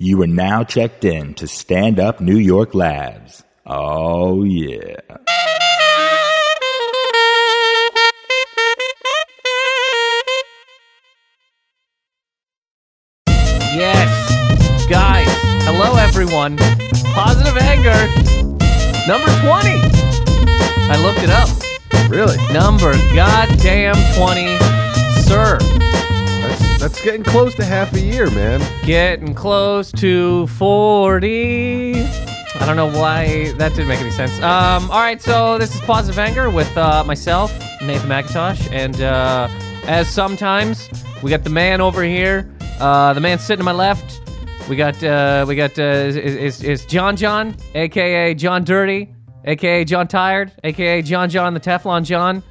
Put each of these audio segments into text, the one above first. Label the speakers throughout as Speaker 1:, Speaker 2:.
Speaker 1: You are now checked in to Stand Up New York Labs. Oh, yeah.
Speaker 2: Yes. Guys, hello everyone. Positive anger. Number 20. I looked it up.
Speaker 3: Really?
Speaker 2: Number goddamn 20. Sir,
Speaker 3: That's, that's getting close to half a year, man.
Speaker 2: getting close to 40. I don't know why that didn't make any sense. Um, all right, so this is Positive Anger with uh, myself, Nathan McIntosh, and uh, as sometimes, we got the man over here, uh, the man sitting to my left. We got uh, we got uh, is, is, is John John, aka John Dirty, aka John Tired, aka John John the Teflon John,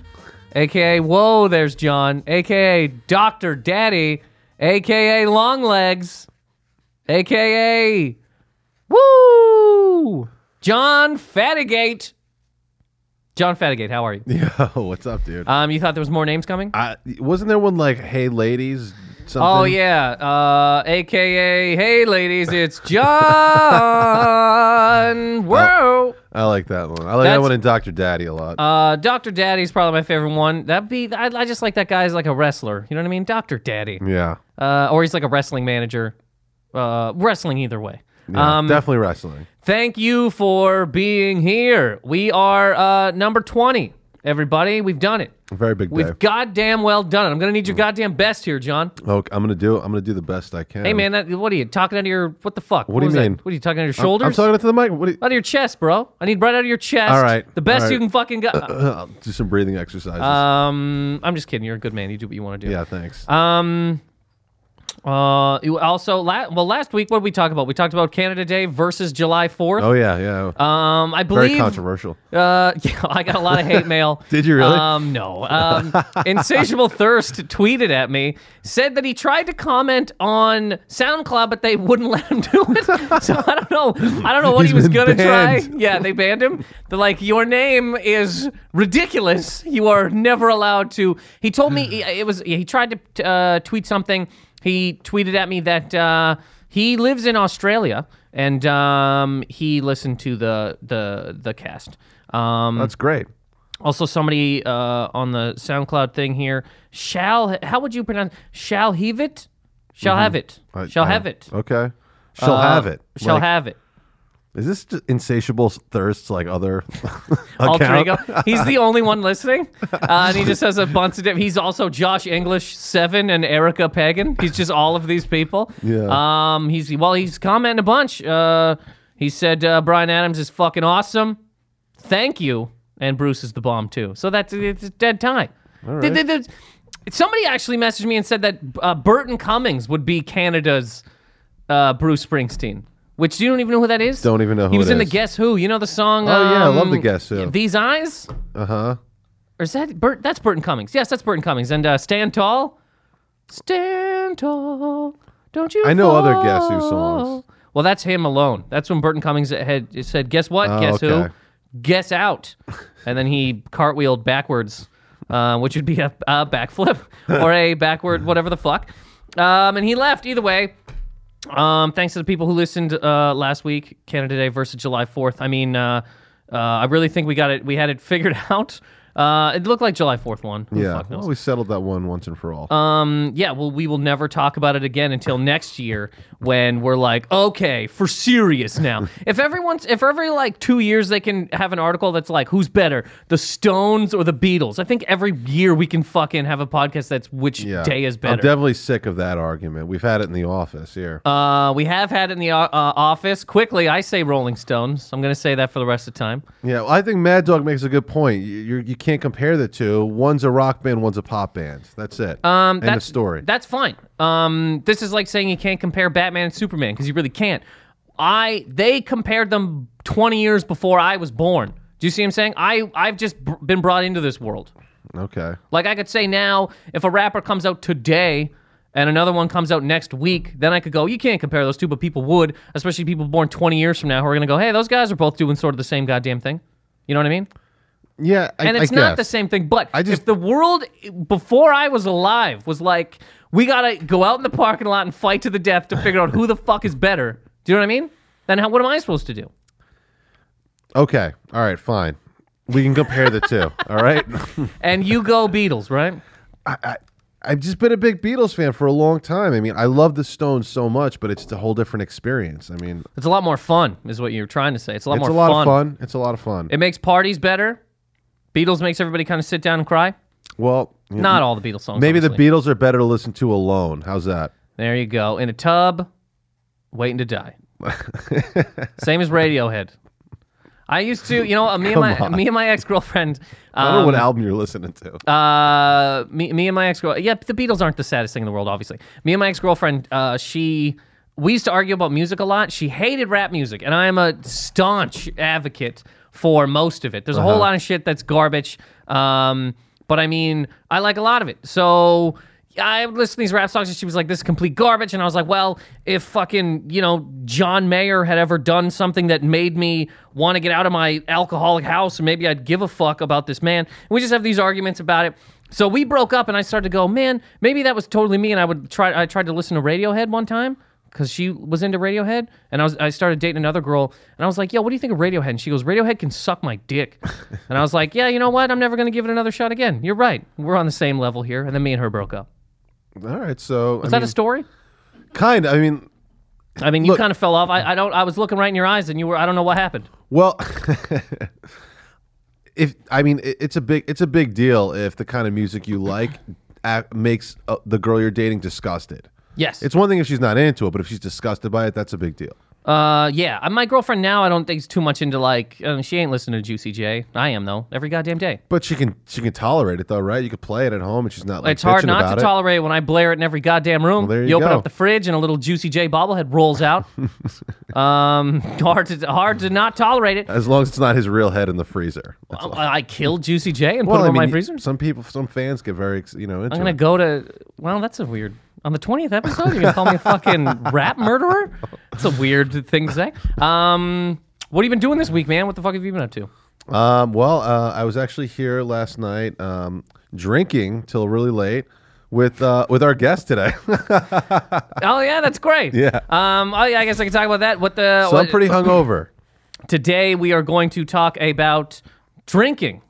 Speaker 2: aka Whoa, there's John, aka Doctor Daddy, aka Long Legs, aka Woo, John Fatigate. John Fatigate, how are you?
Speaker 3: Yo, what's up, dude?
Speaker 2: Um, you thought there was more names coming?
Speaker 3: I, wasn't there one like, hey, ladies? Something?
Speaker 2: Oh yeah, uh, aka hey ladies, it's John. Whoa.
Speaker 3: I like that one. I like
Speaker 2: That's-
Speaker 3: that one in Dr. Daddy a lot.
Speaker 2: Uh, Doctor Daddy's probably my favorite one. That'd be I, I just like that guy as like a wrestler. You know what I mean? Doctor Daddy.
Speaker 3: yeah.
Speaker 2: Uh, or he's like a wrestling manager. Uh, wrestling either way.
Speaker 3: Yeah,
Speaker 2: Um,
Speaker 3: Definitely wrestling.
Speaker 2: Thank you for being here. We are uh, number twenty, everybody. We've done it.
Speaker 3: Very big
Speaker 2: We've
Speaker 3: day.
Speaker 2: goddamn well done it. I'm gonna
Speaker 3: Mm.
Speaker 2: need your goddamn best here, John.
Speaker 3: Okay, I'm gonna do. I'm gonna do the best I can.
Speaker 2: Hey man, that, what are you talking out of your? What the fuck? What,
Speaker 3: do you
Speaker 2: was that?
Speaker 3: mean?
Speaker 2: What are you talking out of your
Speaker 3: I'm-
Speaker 2: shoulders?
Speaker 3: I'm, talking into the mic. What do you,
Speaker 2: out of your chest, bro. I need right out of your chest.
Speaker 3: All right,
Speaker 2: The best
Speaker 3: all right. Uh,
Speaker 2: you can fucking go.
Speaker 3: I'll do some breathing exercises.
Speaker 2: um, I'm just kidding. You're a good man. You do what you want to do.
Speaker 3: yeah, thanks.
Speaker 2: Um. Uh. You also, la- well, last week, what did we talk about? We talked about Canada Day versus July Fourth.
Speaker 3: oh yeah, yeah.
Speaker 2: Um, I
Speaker 3: Very
Speaker 2: believe.
Speaker 3: controversial.
Speaker 2: Uh, yeah, I got a lot of hate mail.
Speaker 3: Did you really?
Speaker 2: Um, no. Um, Insatiable Thirst tweeted at me, said that he tried to comment on SoundCloud, but they wouldn't let him do it. So I don't know. I don't know what
Speaker 3: He's
Speaker 2: he was
Speaker 3: been
Speaker 2: gonna try.
Speaker 3: banned.
Speaker 2: Yeah, they banned him. They're like, your name is ridiculous. You are never allowed to. He told me it was. He tried to uh, tweet something. He tweeted at me that uh, he lives in Australia and um, he listened to the the the cast. Um,
Speaker 3: That's great.
Speaker 2: also, somebody uh, on the SoundCloud thing here. Shall how would you pronounce? Shall have it? Shall have it?
Speaker 3: Mm-hmm. I-
Speaker 2: Shall
Speaker 3: I-
Speaker 2: have it?
Speaker 3: Okay. Shall
Speaker 2: Uh,
Speaker 3: have it.
Speaker 2: Shall
Speaker 3: Like,
Speaker 2: have it.
Speaker 3: Is this just insatiable thirsts like other
Speaker 2: alter
Speaker 3: account?
Speaker 2: ego. He's the only one listening, uh, and he just has a bunch of. Different, he's also Josh English Seven and Erica Pagan. He's just all of these people.
Speaker 3: Yeah.
Speaker 2: Um. He's well. He's commenting a bunch. Uh. He said uh, Brian Adams is fucking awesome. Thank you. And Bruce is the bomb too. So that's it's dead time. Th- th- th- somebody actually messaged me and said that uh, Burton Cummings would be Canada's uh, Bruce Springsteen. Which you don't even know who that is.
Speaker 3: Don't even know
Speaker 2: He
Speaker 3: who
Speaker 2: was
Speaker 3: it
Speaker 2: in
Speaker 3: is.
Speaker 2: the Guess Who. You know the song.
Speaker 3: Oh, yeah, I love the
Speaker 2: um,
Speaker 3: Guess Who.
Speaker 2: These eyes.
Speaker 3: Uh huh.
Speaker 2: Or is that Bert? That's Burton Cummings. Yes, that's Burton Cummings. And uh, Stand Tall. Stand Tall. Don't you?
Speaker 3: I know other
Speaker 2: fall.
Speaker 3: Guess Who songs.
Speaker 2: Well, that's him alone. That's when Burton Cummings had said, "Guess what?
Speaker 3: Oh,
Speaker 2: Guess
Speaker 3: okay.
Speaker 2: who? Guess out." And then he cartwheeled backwards, uh, which would be a, a backflip or a backward whatever the fuck. Um, and he left either way. Um, thanks to the people who listened uh, last week, Canada Day versus July Fourth. I mean, uh, uh, I really think we got it. We had it figured out. Uh, it looked like July Fourth one. Who the
Speaker 3: Yeah.
Speaker 2: fuck knows?
Speaker 3: Well, we settled that one once and for all.
Speaker 2: Um, yeah. Well, we will never talk about it again until next year when we're like, okay, for serious now. if everyone's, if every like two years they can have an article that's like, who's better, the Stones or the Beatles? I think every year we can fucking have a podcast that's which
Speaker 3: yeah.
Speaker 2: day is
Speaker 3: I'm
Speaker 2: better.
Speaker 3: definitely sick of that argument. We've had it in the office here.
Speaker 2: Uh, we have had it in the uh, uh, office. Quickly, I say Rolling Stones. I'm going to say that for the rest of the time.
Speaker 3: yeah. Well, I think Mad Dog makes a good point. You, you you can't compare the two. One's a rock band. One's a pop band. That's it. Um. End
Speaker 2: that's,
Speaker 3: of story.
Speaker 2: That's fine. Um, this is like saying you can't compare Batman and Superman because you really can't. I they compared them 20 years before I was born. Do you see what I'm saying? I I've just br- been brought into this world.
Speaker 3: okay.
Speaker 2: Like I could say now, if a rapper comes out today and another one comes out next week, then I could go, you can't compare those two, but people would, especially people born 20 years from now who are going to go, hey, those guys are both doing sort of the same goddamn thing. You know what I mean?
Speaker 3: Yeah, I,
Speaker 2: and it's
Speaker 3: I
Speaker 2: not the
Speaker 3: guess.
Speaker 2: same thing. But
Speaker 3: I just-
Speaker 2: if the world before I was alive was like, we gotta go out in the parking lot and fight to the death to figure out who the fuck is better. Do you know what I mean? Then how, what am I supposed to do?
Speaker 3: Okay, all right, fine. We can compare the two. All right.
Speaker 2: And you go Beatles, right?
Speaker 3: I've just been a big Beatles fan for a long time. I mean, I love the Stones so much, but it's a whole different experience. I mean,
Speaker 2: It's a lot more fun, is what you're trying to say. It's a lot
Speaker 3: it's
Speaker 2: more
Speaker 3: a lot of fun. It's a lot of fun.
Speaker 2: It makes parties better. Beatles makes everybody kind of sit down and cry.
Speaker 3: well, you
Speaker 2: Not all the Beatles songs.
Speaker 3: Maybe
Speaker 2: obviously.
Speaker 3: the Beatles are better to listen to alone. How's that?
Speaker 2: There you go. In a tub, waiting to die. Same as Radiohead. I used to, you know, uh, me and my
Speaker 3: Come on.
Speaker 2: me and my ex girlfriend.
Speaker 3: I don't know
Speaker 2: Um,
Speaker 3: what album you're listening to.
Speaker 2: uh, me, me and my ex girl. Yeah, the Beatles aren't the saddest thing in the world, obviously. Me and my ex girlfriend. Uh, she we used to argue about music a lot. She hated rap music, and I am a staunch advocate for most of it. There's a
Speaker 3: Uh-huh.
Speaker 2: whole lot of shit that's garbage. Um, but I mean, I like a lot of it. So I would listen to these rap songs and she was like, this is complete garbage. And I was like, well, if fucking, you know, John Mayer had ever done something that made me want to get out of my alcoholic house, maybe I'd give a fuck about this man. And we just have these arguments about it. So we broke up and I started to go, man, maybe that was totally me. And I would try, I tried to listen to Radiohead one time because she was into Radiohead, and I was I started dating another girl, and I was like, "Yo, what do you think of Radiohead?" And she goes, "Radiohead can suck my dick," and I was like, "Yeah, you know what? I'm never gonna give it another shot again. You're right. We're on the same level here." And then me and her broke up.
Speaker 3: All right, so
Speaker 2: Is that
Speaker 3: I
Speaker 2: a
Speaker 3: mean,
Speaker 2: story?
Speaker 3: kind of. I mean,
Speaker 2: I mean, you kind of fell off. I, I don't. I was looking right in your eyes, and you were. I don't know what happened.
Speaker 3: well, if I mean, it, it's a big it's a big deal if the kind of music you like act, makes uh, the girl you're dating disgusted.
Speaker 2: Yes.
Speaker 3: It's one thing if she's not into it, but if she's disgusted by it, that's a big deal.
Speaker 2: uh. Yeah. Uh, My girlfriend now. I don't think is too much into like. Um, she ain't listening to Juicy J. I am though. Every goddamn day.
Speaker 3: But she can she can tolerate it though, right? You can play it at home, and she's not. Like,
Speaker 2: It's hard
Speaker 3: bitching
Speaker 2: not
Speaker 3: about
Speaker 2: to
Speaker 3: it.
Speaker 2: tolerate when I blare it in every goddamn room.
Speaker 3: there you
Speaker 2: open
Speaker 3: go.
Speaker 2: up the fridge and a little Juicy J bobblehead rolls out. um, hard to hard to not tolerate it.
Speaker 3: As long as it's not his real head in the freezer.
Speaker 2: I, I killed Juicy J and put him in my freezer.
Speaker 3: Some people, some fans get very, ex- you know, into
Speaker 2: I'm gonna
Speaker 3: it.
Speaker 2: go to. Well, that's a weird. On the twentieth episode, you're gonna call me a fucking rap murderer. It's a weird thing to say. Um, what have you been doing this week, man? What the fuck have you been up to?
Speaker 3: Um, well, uh, I was actually here last night um, drinking till really late with uh, with our guest today.
Speaker 2: Oh yeah, that's great.
Speaker 3: Yeah.
Speaker 2: Um, I, I guess I can talk about that. What the?
Speaker 3: so I'm
Speaker 2: what-
Speaker 3: pretty hungover.
Speaker 2: today we are going to talk about drinking.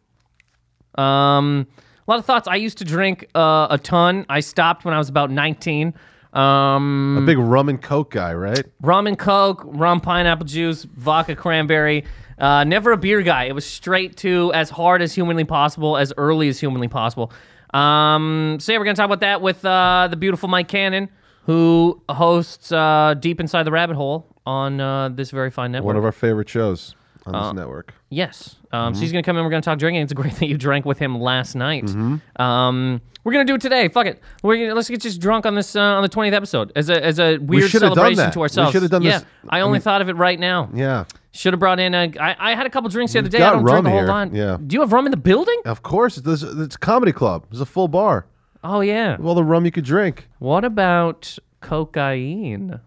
Speaker 2: Um, a lot of thoughts. I used to drink uh, a ton. I stopped when I was about 19. Um,
Speaker 3: A big rum and coke guy, right?
Speaker 2: rum and coke, rum pineapple juice, vodka cranberry. Uh, never a beer guy. It was straight to as hard as humanly possible, as early as humanly possible. Um, so yeah, we're gonna talk about that with uh, the beautiful Mike Cannon, who hosts uh, Deep Inside the Rabbit Hole on uh, this very fine network.
Speaker 3: One of our favorite shows on
Speaker 2: Uh.
Speaker 3: this network.
Speaker 2: Yes. Um,
Speaker 3: Mm-hmm.
Speaker 2: So he's going to come in. We're going to talk drinking. It's great that you drank with him last night.
Speaker 3: Mm-hmm.
Speaker 2: Um, we're going to do it today. Fuck it. We're gonna, let's get just drunk on this uh, on the twentieth episode as a as a weird
Speaker 3: should have done
Speaker 2: celebration
Speaker 3: that.
Speaker 2: to
Speaker 3: We
Speaker 2: ourselves.
Speaker 3: should have done
Speaker 2: yeah,
Speaker 3: this-
Speaker 2: I only thought of it right now.
Speaker 3: Yeah,
Speaker 2: Should have brought in a. I, I had a couple drinks the other day. I
Speaker 3: got
Speaker 2: don't drink
Speaker 3: rum
Speaker 2: a whole
Speaker 3: here.
Speaker 2: lot.
Speaker 3: Yeah.
Speaker 2: Do you have rum in the building?
Speaker 3: of course. It's, it's a comedy club. It's a full bar.
Speaker 2: Oh yeah.
Speaker 3: All the rum you could drink.
Speaker 2: What about cocaine?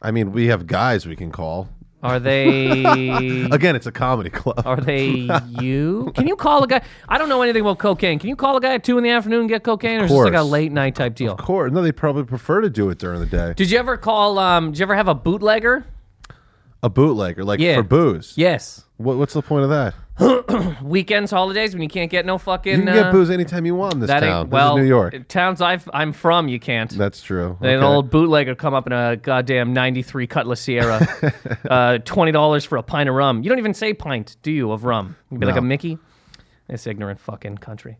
Speaker 3: I mean, we have guys we can call.
Speaker 2: Are they?
Speaker 3: Again, it's a comedy club.
Speaker 2: Are they you? Can you call a guy? I don't know anything about cocaine. Can you call a guy at two in the afternoon and get cocaine, or is this like a
Speaker 3: course.
Speaker 2: late night type deal?
Speaker 3: Of course. No, they probably prefer to do it during the day.
Speaker 2: Did you ever call? Um, did you ever have a bootlegger?
Speaker 3: A bootlegger, like
Speaker 2: Yeah.
Speaker 3: for booze.
Speaker 2: Yes.
Speaker 3: What, what's the point of that?
Speaker 2: Weekends, holidays, when you can't get no fucking.
Speaker 3: You can
Speaker 2: uh,
Speaker 3: get booze anytime you want in this
Speaker 2: that ain't-
Speaker 3: town. This is
Speaker 2: well,
Speaker 3: New York.
Speaker 2: Towns I've, I'm from, you can't.
Speaker 3: That's true.
Speaker 2: An
Speaker 3: Okay.
Speaker 2: old bootlegger come up in a goddamn '93 Cutlass Sierra, uh, twenty dollars for a pint of rum. You don't even say pint, do you? Of rum? You'd be like
Speaker 3: No.
Speaker 2: a Mickey. This ignorant fucking country.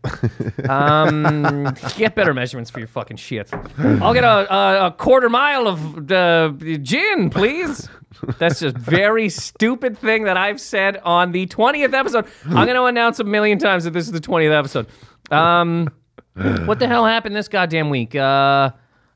Speaker 2: um, get better measurements for your fucking shit. I'll get a, a, a quarter mile of uh, gin, please. That's just very stupid thing that I've said on the twentieth episode. I'm going to announce a million times that this is the twentieth episode. Um, what the hell happened this goddamn week? Uh,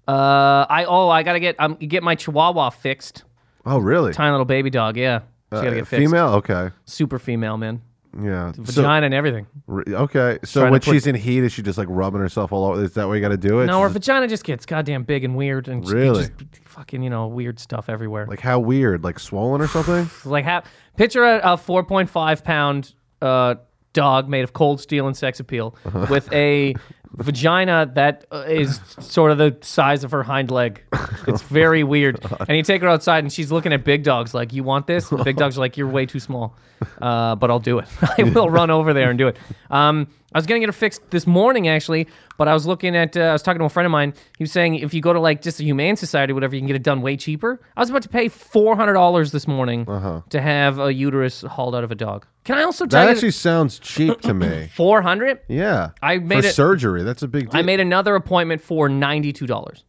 Speaker 2: uh, I oh I gotta get um get my Chihuahua fixed.
Speaker 3: Oh, really?
Speaker 2: Tiny little baby dog, yeah. She gotta
Speaker 3: Uh,
Speaker 2: get fixed.
Speaker 3: female? Okay.
Speaker 2: Super female, man.
Speaker 3: Yeah.
Speaker 2: Vagina and everything.
Speaker 3: So, re- okay. So
Speaker 2: Trying
Speaker 3: when
Speaker 2: to put-
Speaker 3: she's in heat, is she just like rubbing herself all over? Is that what you got to do it?
Speaker 2: No, her
Speaker 3: She's just-
Speaker 2: vagina just gets goddamn big and weird, and she
Speaker 3: Really?
Speaker 2: just fucking you know weird stuff everywhere. Like
Speaker 3: like how weird? Like swollen or something?
Speaker 2: like ha- picture a, a four point five pound uh dog made of cold steel and sex appeal with a vagina that uh, is sort of the size of her hind leg. It's very weird. And you take her outside and she's looking at big dogs like, "You want this?" And the big dogs are like, "You're way too small." Uh, but I'll do it. I will run over there and do it. Um, I was gonna get her fixed this morning actually, but I was looking at. Uh, I was talking to a friend of mine. He was saying if you go to like just a humane society, or whatever, you can get it done way cheaper. I was about to pay four hundred dollars this morning to have a uterus hauled out of a dog. Can I also tell
Speaker 3: Uh-huh. That
Speaker 2: you
Speaker 3: actually sounds cheap to me.
Speaker 2: four hundred?
Speaker 3: Yeah.
Speaker 2: I made
Speaker 3: for
Speaker 2: it-
Speaker 3: surgery. That's a big deal.
Speaker 2: I made another appointment for ninety two dollars.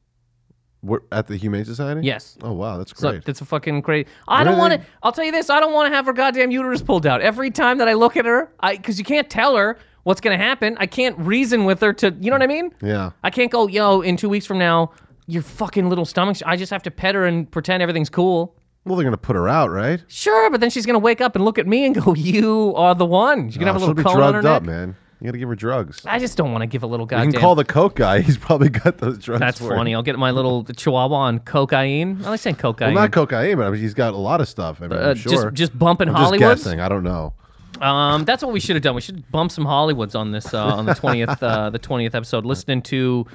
Speaker 3: We're- at the Humane Society?
Speaker 2: Yes.
Speaker 3: Oh wow, that's
Speaker 2: So
Speaker 3: great.
Speaker 2: that's a fucking crazy. I don't
Speaker 3: do
Speaker 2: want
Speaker 3: they-
Speaker 2: to. I'll tell you this. I don't want to have her goddamn uterus pulled out every time that I look at her. I because you can't tell her what's gonna happen. I can't reason with her to. You know what I mean?
Speaker 3: yeah.
Speaker 2: I can't go. Yo, in two weeks from now, your fucking little stomach. I just have to pet her and pretend everything's cool.
Speaker 3: Well, they're gonna put her out, right?
Speaker 2: Sure, but then she's gonna wake up and look at me and go, "You are the one." She's gonna have a
Speaker 3: Oh, she'll
Speaker 2: little
Speaker 3: be
Speaker 2: cone on her
Speaker 3: drugged
Speaker 2: neck.
Speaker 3: up, man. You gotta give her drugs.
Speaker 2: I just don't want to give a little
Speaker 3: You
Speaker 2: goddamn.
Speaker 3: can call the coke guy. He's probably got those drugs.
Speaker 2: That's
Speaker 3: for
Speaker 2: funny.
Speaker 3: You.
Speaker 2: I'll get my little chihuahua on cocaine. I like saying cocaine.
Speaker 3: Well, not cocaine, but I mean, he's got a lot of stuff. I mean,
Speaker 2: Uh,
Speaker 3: I'm
Speaker 2: just-
Speaker 3: sure.
Speaker 2: just bumping
Speaker 3: I'm
Speaker 2: Hollywoods?
Speaker 3: Just guessing. I don't know.
Speaker 2: Um, that's what we should have done. We should bump some Hollywoods on this uh, on the twentieth uh, the twentieth episode. Listening to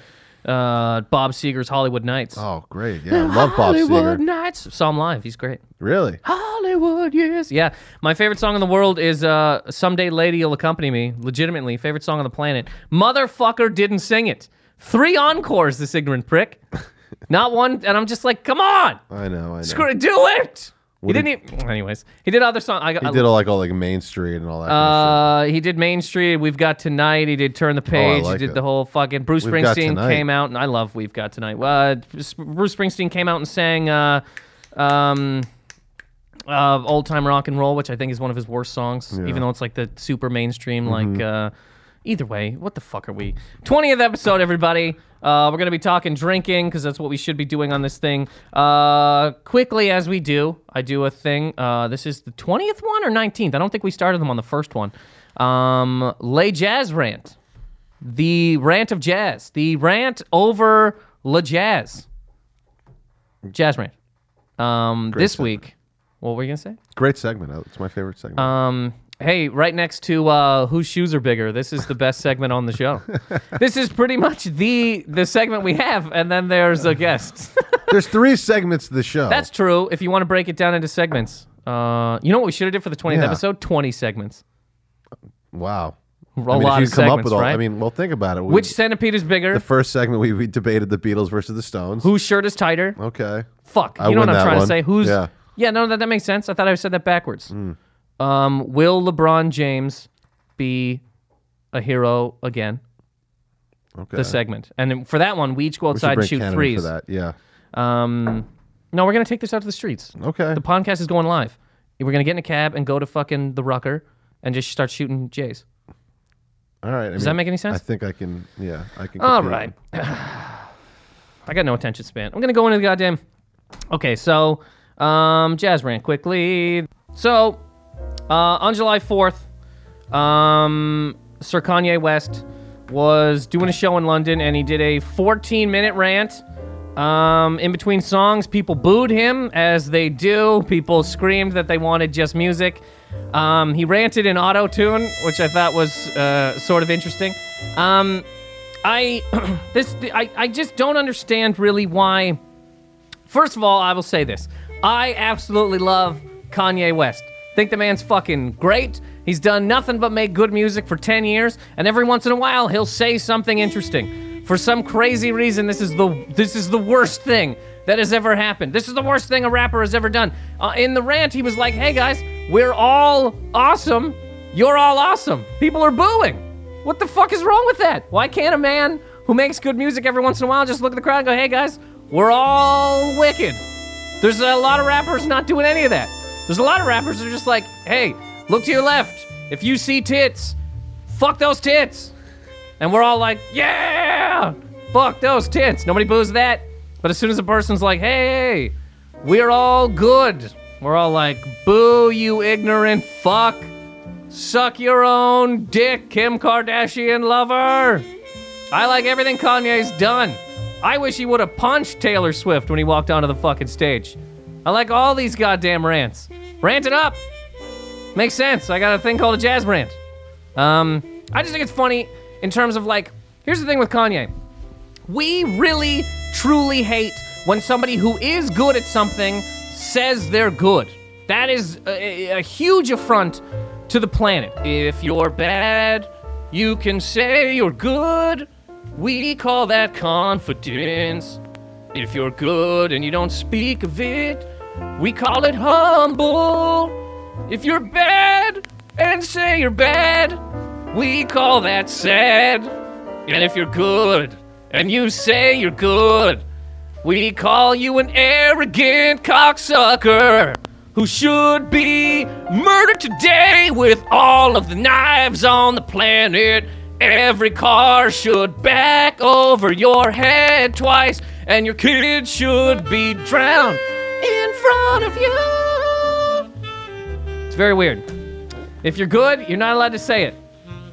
Speaker 2: uh, Bob Seger's Hollywood Nights.
Speaker 3: Oh, great. Yeah, I love Bob
Speaker 2: Hollywood
Speaker 3: Seger.
Speaker 2: Nights. Saw him live. He's great.
Speaker 3: Really?
Speaker 2: Hollywood, yes. Yeah. My favorite song in the world is uh, Someday Lady Will Accompany Me. Legitimately, favorite song on the planet. Motherfucker didn't sing it. Three encores, this ignorant prick. Not one. And I'm just like, come on.
Speaker 3: I know. I know.
Speaker 2: Screw it. Do it. He
Speaker 3: What
Speaker 2: didn't even. Anyways, he did other songs. I,
Speaker 3: He
Speaker 2: I,
Speaker 3: did all like all like Main Street and all that. kind of
Speaker 2: uh, he did Main Street. We've got tonight. He did Turn the Page.
Speaker 3: Oh, like
Speaker 2: he did
Speaker 3: it.
Speaker 2: the whole fucking Bruce
Speaker 3: We've Got
Speaker 2: Springsteen
Speaker 3: Tonight.
Speaker 2: came out, and I love We've Got Tonight. Uh, Bruce Springsteen came out and sang uh, um, uh, Old Time Rock and Roll, which I think is one of his worst songs, even though it's like the super mainstream.
Speaker 3: Mm-hmm.
Speaker 2: Like, uh, either way, what the fuck are we? Twentieth episode, everybody. Uh, we're gonna be talking drinking because that's what we should be doing on this thing. Uh, quickly as we do, I do a thing. Uh, this is the twentieth one or nineteenth. I don't think we started them on the first one. Um, lay jazz rant, the rant of jazz, the rant over la jazz, jazz rant. Um, this
Speaker 3: stuff.
Speaker 2: week, what were you gonna say?
Speaker 3: stuff. Great segment. Uh, It's my favorite segment.
Speaker 2: Um, hey, right next to uh, whose shoes are bigger. This is the best segment on the show. this is pretty much the the segment we have, and then there's a guest.
Speaker 3: There's three segments to the show.
Speaker 2: That's true. If you want to break it down into segments, uh, you know what we should have did for the twentieth
Speaker 3: Yeah.
Speaker 2: episode? Twenty segments.
Speaker 3: wow.
Speaker 2: A
Speaker 3: I mean,
Speaker 2: lot of
Speaker 3: if you come
Speaker 2: segments,
Speaker 3: up with all,
Speaker 2: right?
Speaker 3: I mean, well, think about it. We-
Speaker 2: Which centipede is bigger?
Speaker 3: the first segment we, we debated the Beatles versus the Stones.
Speaker 2: whose shirt is tighter?
Speaker 3: Okay.
Speaker 2: Fuck.
Speaker 3: I
Speaker 2: you know what
Speaker 3: win
Speaker 2: I'm
Speaker 3: that
Speaker 2: trying to
Speaker 3: one.
Speaker 2: say? Who's?
Speaker 3: Yeah. Hmm.
Speaker 2: Yeah, no, that that makes sense. I thought I said that backwards. Um, will LeBron James be a hero again?
Speaker 3: Okay.
Speaker 2: the segment. And then for that one, we each go
Speaker 3: We should
Speaker 2: outside and
Speaker 3: bring
Speaker 2: shoot
Speaker 3: Cannon
Speaker 2: threes.
Speaker 3: for that. Yeah.
Speaker 2: Um, no, we're gonna take this out to the streets.
Speaker 3: Okay.
Speaker 2: The podcast is going live. We're gonna get in a cab and go to fucking the Rucker and just start shooting Jays.
Speaker 3: All right. I
Speaker 2: Does that make any sense?
Speaker 3: I think I can. Yeah, I can.
Speaker 2: All
Speaker 3: compete.
Speaker 2: right. I got no attention span. I'm gonna go into the goddamn. Okay, so um, jazz rant quickly. So uh, on July 4th, um, Sir Kanye West was doing a show in London, and he did a 14-minute rant. Um, in between songs, people booed him, as they do. People screamed that they wanted just music. Um, he ranted in auto tune, which I thought was uh, sort of interesting. Um, I this I, I just don't understand really why. First of all, I will say this: I absolutely love Kanye West. Think the man's fucking great. He's done nothing but make good music for ten years, and every once in a while he'll say something interesting. For some crazy reason, this is the this is the worst thing that has ever happened. This is the worst thing a rapper has ever done. Uh, in the rant, he was like, "Hey guys, we're all awesome. You're all awesome. People are booing." What the fuck is wrong with that? Why can't a man who makes good music every once in a while just look at the crowd and go, hey guys, we're all wicked? There's a lot of rappers not doing any of that. There's a lot of rappers that are just like, hey, look to your left. If you see tits, fuck those tits. And we're all like, yeah, fuck those tits. Nobody boos that. But as soon as a person's like, hey, we're all good, we're all like, boo, you ignorant fuck. Suck your own dick, Kim Kardashian lover. I like everything Kanye's done. I wish he would have punched Taylor Swift when he walked onto the fucking stage. I like all these goddamn rants. Rant it up. Makes sense. I got a thing called a jazz rant. Um, I just think it's funny in terms of like, here's the thing with Kanye. We really, truly hate when somebody who is good at something says they're good. That is a, a huge affront to the planet. If you're bad, you can say you're good. We call that confidence. If you're good and you don't speak of it, we call it humble. If you're bad and say you're bad, we call that sad. And if you're good and you say you're good, we call you an arrogant cocksucker who should be murdered today with all of the knives on the planet. Every car should back over your head twice, and your kids should be drowned in front of you. It's very weird. If you're good, you're not allowed to say it.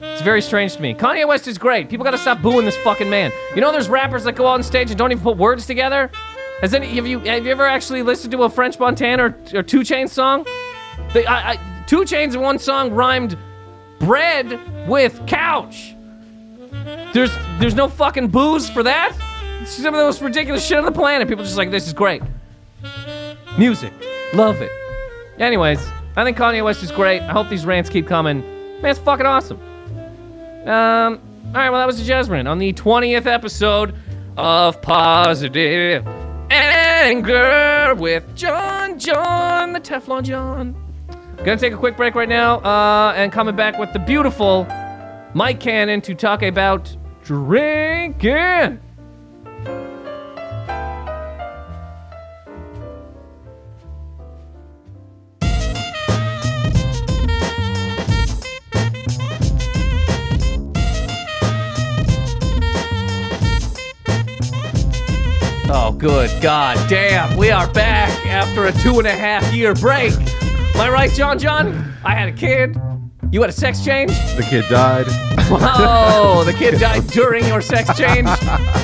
Speaker 2: It's very strange to me. Kanye West is great. People gotta stop booing this fucking man. You know, there's rappers that go on stage and don't even put words together. Has any have you have you ever actually listened to a French Montana or, or Two Chain song? They, I, I, Two Chains in one song rhymed bread with couch. There's there's no fucking booze for that. It's some of the most ridiculous shit on the planet. People just like this is great. Music, love it. Anyways, I think Kanye West is great. I hope these rants keep coming. Man, it's fucking awesome. Um, all right, well, that was the jazz rant on the 20th episode of Positive Anger with John, John, the Teflon John. Gonna take a quick break right now uh, and coming back with the beautiful Mike Cannon to talk about drinking. Oh, good God damn. We are back after a two and a half year break. Am I right, John John? I had a kid. You had a sex change?
Speaker 3: The kid died.
Speaker 2: Oh, the kid died during your sex change.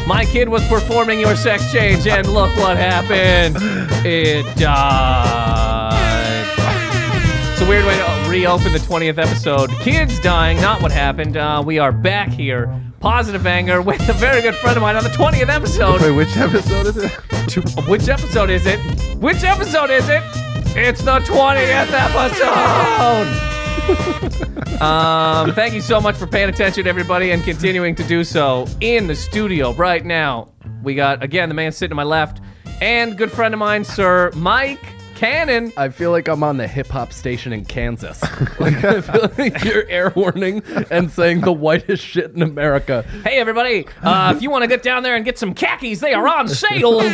Speaker 2: My kid was performing your sex change, and look what happened. It died. It's a weird way to reopen the 20th episode. Kids dying, not what happened. Uh, we are back here. Positive anger with a very good friend of mine on the 20th
Speaker 3: Wait,
Speaker 2: episode.
Speaker 3: which episode is it?
Speaker 2: Oh, Which episode is it? Which episode is it? It's the 20th episode. Um, thank you so much for paying attention, everybody, and continuing to do so in the studio right now. We got, again, the man sitting to my left and good friend of mine, Sir Mike Cannon.
Speaker 4: I feel like I'm on the hip hop station in Kansas. Like, I feel like you're air warning and saying the whitest shit in America.
Speaker 2: Hey, everybody, uh, if you want to get down there and get some khakis, they are on sale. uh,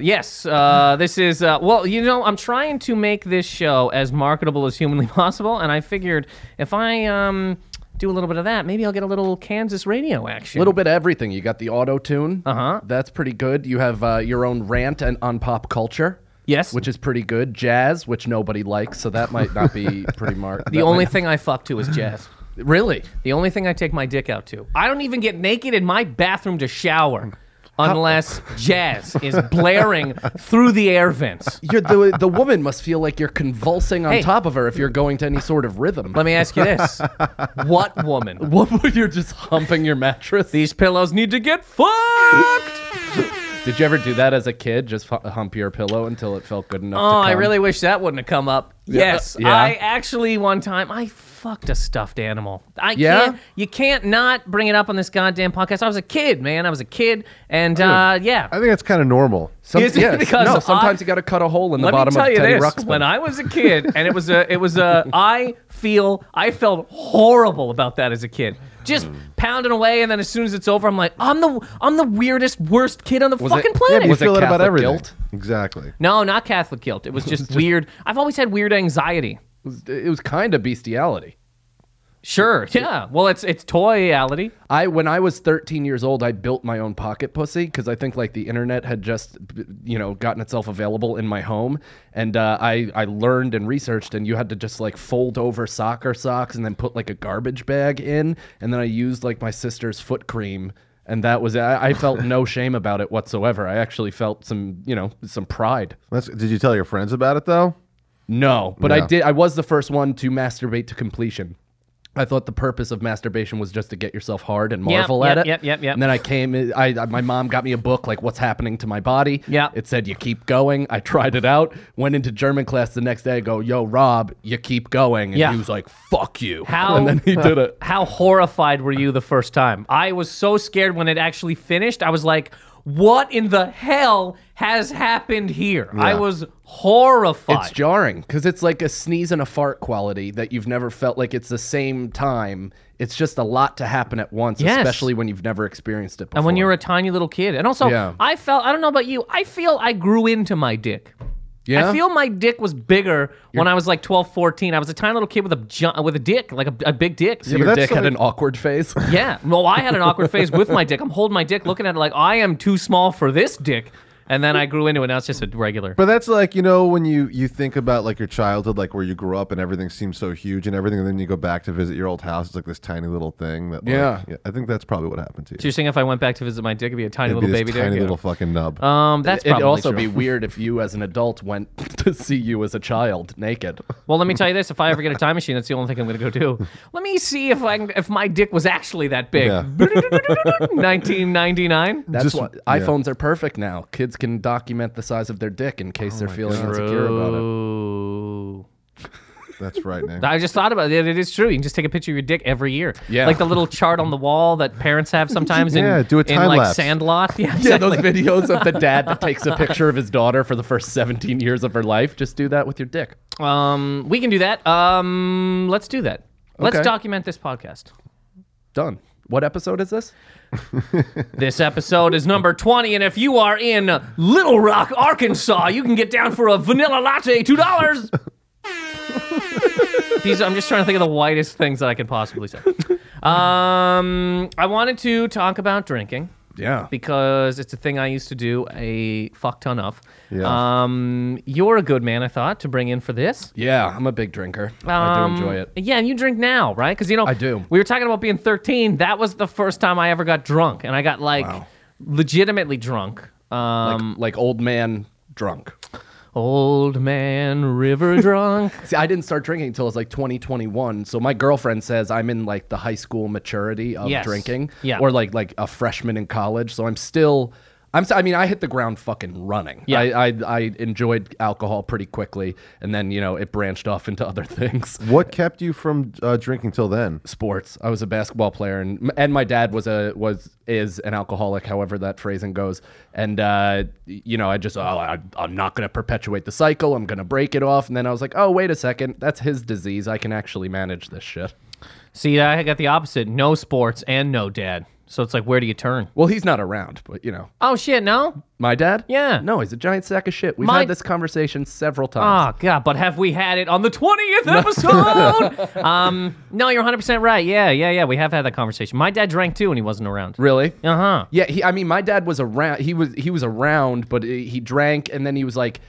Speaker 2: yes, uh, this is, uh, well, you know, I'm trying to make this show as marketable as humanly possible, and I figured if I um, do a little bit of that, maybe I'll get a little Kansas radio action.
Speaker 4: Little bit of everything. You got the auto tune.
Speaker 2: Uh-huh.
Speaker 4: That's pretty good. You have uh, your own rant and on pop culture.
Speaker 2: Yes.
Speaker 4: Which is pretty good. Jazz, which nobody likes, so that might not be pretty marked.
Speaker 2: The only thing I fuck to is jazz.
Speaker 4: really.
Speaker 2: The only thing I take my dick out to. I don't even get naked in my bathroom to shower unless jazz is blaring through the air vents.
Speaker 4: You're the the woman must feel like you're convulsing on
Speaker 2: Hey.
Speaker 4: top of her if you're going to any sort of rhythm.
Speaker 2: Let me ask you this. What woman?
Speaker 4: What you're just humping your mattress?
Speaker 2: These pillows need to get fucked.
Speaker 4: Did you ever do that as a kid? Just hu- hump your pillow until it felt good enough.
Speaker 2: Oh,
Speaker 4: to
Speaker 2: I
Speaker 4: come?
Speaker 2: really wish that wouldn't have come up. Yes,
Speaker 4: Yeah.
Speaker 2: I actually one time I fucked a stuffed animal. I
Speaker 4: Yeah?
Speaker 2: can't. You can't not bring it up on this goddamn podcast. I was a kid, man. I was a kid, and uh, yeah.
Speaker 3: I think that's kind of normal.
Speaker 4: Some,
Speaker 2: Is it
Speaker 4: yeah,
Speaker 2: because
Speaker 4: no,
Speaker 2: of-
Speaker 4: sometimes you got to cut a hole in the bottom of Teddy Ruxpin.
Speaker 2: When I was a kid, and it was a, it was a, I feel, I felt horrible about that as a kid. Just pounding away, and then as soon as it's over, I'm like, I'm the, I'm the weirdest, worst kid on the
Speaker 4: it-
Speaker 2: fucking
Speaker 4: yeah,
Speaker 2: planet.
Speaker 3: You
Speaker 4: Was it
Speaker 3: feel that about
Speaker 4: Catholic
Speaker 3: everything.
Speaker 4: guilt?
Speaker 3: Exactly.
Speaker 2: no, not Catholic guilt. It was just weird. I've always had weird anxiety.
Speaker 4: It was- it was kind of bestiality.
Speaker 2: Sure. Yeah. Well, it's it's toyality.
Speaker 4: I when I was 13 years old, I built my own pocket pussy because I think like the internet had just b- you know gotten itself available in my home, and uh, I I learned and researched, and you had to just like fold over soccer socks and then put like a garbage bag in, and then I used like my sister's foot cream. And that was I, I felt no shame about it whatsoever. I actually felt some, you know, some pride.
Speaker 3: That's, did you tell your friends about it though?
Speaker 4: No, but I
Speaker 3: No.
Speaker 4: did. I was the first one to masturbate to completion. I thought the purpose of masturbation was just to get yourself hard and
Speaker 2: Yep,
Speaker 4: marvel
Speaker 2: yep,
Speaker 4: at it.
Speaker 2: yep, yep, yep.
Speaker 4: And then I came. I, I my mom got me a book like "What's Happening to My Body."
Speaker 2: Yeah.
Speaker 4: It said you keep going. I tried it out. Went into German class the next day. I go, yo, Rob, you keep going. And
Speaker 2: Yeah.
Speaker 4: he was like, "Fuck you."
Speaker 2: How
Speaker 4: And then he did it.
Speaker 2: How horrified were you the first time? I was so scared when it actually finished. I was like, "What in the hell has happened here?" I was horrified.
Speaker 4: It's jarring because it's like a sneeze and a fart quality that you've never felt like it's the same time. It's just a lot to happen at once,
Speaker 2: Yes.
Speaker 4: especially when you've never experienced it before.
Speaker 2: and when you're a tiny little kid, and also,
Speaker 4: Yeah.
Speaker 2: I felt—I don't know about you—I feel I grew into my dick.
Speaker 4: yeah?
Speaker 2: I feel my dick was bigger when I was like 12, 14. I was a tiny little kid with a gi- with a dick, like a, a big dick.
Speaker 4: your
Speaker 3: that's
Speaker 4: dick had
Speaker 3: something-
Speaker 4: an awkward phase.
Speaker 2: Yeah. Well, I had an awkward phase with my dick. I'm holding my dick, looking at it like I am too small for this dick. And then I grew into it. Now it's just a regular.
Speaker 3: But that's like you know when you you think about like your childhood, like where you grew up, and everything seems so huge and everything, and then you go back to visit your old house. It's like this tiny little thing. That like,
Speaker 4: Yeah.
Speaker 3: I think that's probably what happened to you.
Speaker 2: So you're saying if I went back to visit my dick, it'd be a tiny
Speaker 3: It'd
Speaker 2: little
Speaker 3: be this
Speaker 2: baby dick.
Speaker 3: tiny
Speaker 2: Yeah.
Speaker 3: little fucking nub.
Speaker 2: um, that's
Speaker 4: It'd
Speaker 2: probably
Speaker 4: also
Speaker 2: true.
Speaker 4: be weird if you, as an adult, went to see you as a child naked.
Speaker 2: Well, let me tell you this: if I ever get a time machine, that's the only thing I'm going to go do. Let me see if I can, if my dick was actually that big.
Speaker 3: Yeah.
Speaker 2: 1999.
Speaker 4: That's
Speaker 3: Just-
Speaker 4: why
Speaker 3: yeah.
Speaker 4: iPhones are perfect now. Kids can document the size of their dick in case they're feeling insecure about it.
Speaker 2: True.
Speaker 3: that's frightening.
Speaker 2: I just thought about it. It is true. You can just take a picture of your dick every year.
Speaker 4: Yeah.
Speaker 2: Like the little chart on the wall that parents have sometimes in,
Speaker 3: Yeah, do a
Speaker 2: in
Speaker 3: time
Speaker 2: like
Speaker 3: lapse.
Speaker 2: Sandlot. Yeah,
Speaker 4: Yeah,
Speaker 2: exactly.
Speaker 4: those videos of the dad that takes a picture of his daughter for the first 17 years of her life. Just do that with your dick.
Speaker 2: Um, we can do that. Um, let's do that. Let's
Speaker 4: Okay.
Speaker 2: document this podcast.
Speaker 4: Done. What episode is this?
Speaker 2: This episode is number 20, and if you are in Little Rock, Arkansas, you can get down for a vanilla latte, $2. These, I'm just trying to think of the whitest things that I could possibly say. Um, I wanted to talk about drinking.
Speaker 4: Yeah.
Speaker 2: because it's a thing I used to do a fuck ton of.
Speaker 3: Yeah.
Speaker 2: Um, you're a good man, I thought, to bring in for this.
Speaker 4: Yeah, I'm a big drinker. I do
Speaker 2: Um,
Speaker 4: enjoy it.
Speaker 2: Yeah, and you drink now, right? Because you know,
Speaker 4: I do.
Speaker 2: We were talking about being 13. That was the first time I ever got drunk, and I got like
Speaker 4: Wow.
Speaker 2: legitimately drunk. Um,
Speaker 4: like old man drunk.
Speaker 2: old man river drunk.
Speaker 4: See, I didn't start drinking until I was like 2021. so my girlfriend says I'm in like the high school maturity of
Speaker 2: Yes.
Speaker 4: drinking,
Speaker 2: Yeah.
Speaker 4: or like like a freshman in college. So I'm still, I'm. si mean, I hit the ground fucking running.
Speaker 2: Yeah.
Speaker 4: I, I I enjoyed alcohol pretty quickly, and then you know it branched off into other things.
Speaker 3: what kept you from uh, drinking till then?
Speaker 4: Sports. I was a basketball player, and and my dad was a was is an alcoholic, however that phrasing goes. And uh, you know, I just oh, I, I'm not going to perpetuate the cycle. I'm going to break it off. And then I was like, oh wait a second, that's his disease. I can actually manage this shit.
Speaker 2: See, I got the opposite: no sports and no dad. So it's like, where do you turn?
Speaker 4: Well, he's not around, but you know,
Speaker 2: Oh shit, no.
Speaker 4: my dad.
Speaker 2: Yeah.
Speaker 4: No, he's a giant sack of shit. We've
Speaker 2: My-
Speaker 4: had this conversation several times.
Speaker 2: Oh god, but have we had it on the twentieth episode? um, no, you're 100 percent right. Yeah, yeah, yeah. We have had that conversation. My dad drank too, and he wasn't around.
Speaker 4: Really?
Speaker 2: Uh huh.
Speaker 4: Yeah, he, I mean, my dad was around. He was he was around, but he he drank, and then he was like,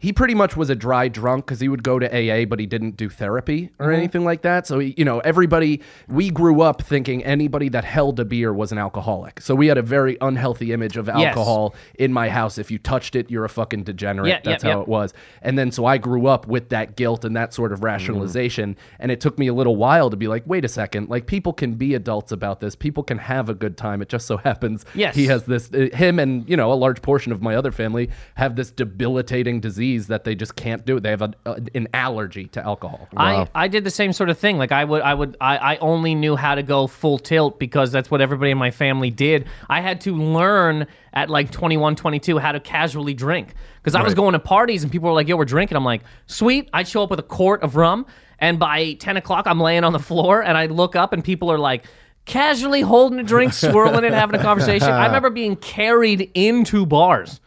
Speaker 4: he pretty much was a dry drunk because he would go to AA, but he didn't do therapy or
Speaker 2: Mm-hmm.
Speaker 4: anything like that. So he, you know, everybody we grew up thinking anybody that held a beer was an alcoholic. So we had a very unhealthy image of alcohol in my house. If you touched it, you're a fucking degenerate.
Speaker 2: Yeah,
Speaker 4: That's
Speaker 2: yeah,
Speaker 4: how
Speaker 2: yeah.
Speaker 4: it was. And then so I grew up with that guilt and that sort of rationalization. And it took me a little while to be like, wait a second, like people can be adults about this. People can have a good time. It just so happens
Speaker 2: Yes.
Speaker 4: he has this, uh, him and, you know, a large portion of my other family have this debilitating disease that they just can't do. They have a, a, an allergy to alcohol.
Speaker 2: I, I did the same sort of thing. Like I would I would I, I only knew how to go full tilt because that's what everybody in my family did. I had to learn at like 21, 22 how to casually drink because I was going to parties and people were like, "Yo, we're drinking." I'm like, "Sweet." I'd show up with a quart of rum, and by 10 o'clock, I'm laying on the floor and I look up and people are like. Casually holding a drink, swirling it, having a conversation. I remember being carried into bars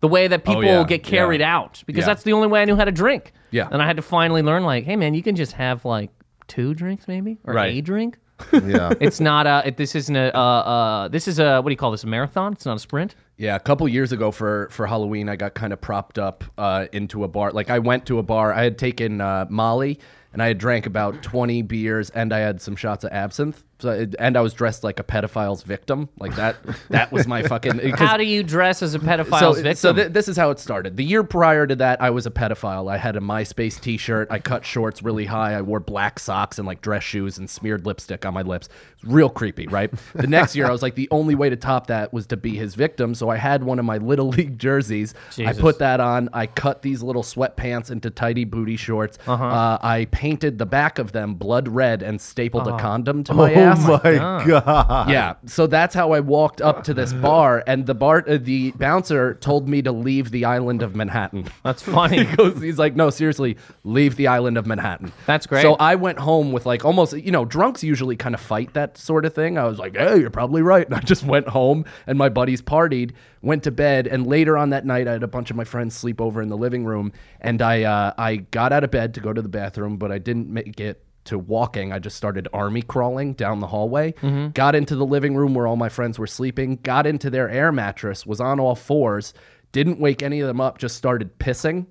Speaker 2: the way that people
Speaker 4: Oh, yeah,
Speaker 2: get carried
Speaker 4: yeah.
Speaker 2: out because
Speaker 4: Yeah.
Speaker 2: that's the only way I knew how to drink.
Speaker 4: Yeah.
Speaker 2: And I had to finally learn, like, hey, man, you can just have like two drinks, maybe, or
Speaker 4: Right.
Speaker 2: a drink.
Speaker 3: Yeah.
Speaker 2: It's not a. It, this isn't a. Uh, uh, this is a. What do you call this? A marathon? It's not a sprint.
Speaker 4: Yeah, a couple years ago for for Halloween, I got kind of propped up uh, into a bar. Like I went to a bar. I had taken uh, Molly and I had drank about twenty beers and I had some shots of absinthe. So, it- and I was dressed like a pedophile's victim. Like that. that was my fucking. 'cause-
Speaker 2: How do you dress as a pedophile's
Speaker 4: so,
Speaker 2: victim?
Speaker 4: so thi- this is how it started. The year prior to that, I was a pedophile. I had a MySpace T-shirt. I cut shorts really high. I wore black socks and like dress shoes and smeared lipstick on my lips. Real creepy, right? The next year, I was like, the only way to top that was to be his victim. So I had one of my little league jerseys.
Speaker 2: Jesus.
Speaker 4: I put that on. I cut these little sweatpants into tidy booty shorts. Uh-huh. I painted the back of them blood red and stapled a condom to my ass.
Speaker 3: oh my god!
Speaker 4: Yeah, so that's how I walked up to this bar, and the bar, uh, the bouncer told me to leave the island of Manhattan.
Speaker 2: That's funny.
Speaker 4: He goes, he's like, no, seriously, leave the island of Manhattan.
Speaker 2: That's great.
Speaker 4: So I went home with like almost, you know, drunks usually kind of fight that sort of thing. I was like, hey, you're probably right. And I just went home, and my buddies partied, went to bed, and later on that night, I had a bunch of my friends sleep over in the living room, and I, uh, I got out of bed to go to the bathroom, but I didn't make it to walking. I just started army crawling down the hallway,
Speaker 2: Mm-hmm.
Speaker 4: got into the living room where all my friends were sleeping, got into their air mattress, was on all fours, didn't wake any of them up, just started pissing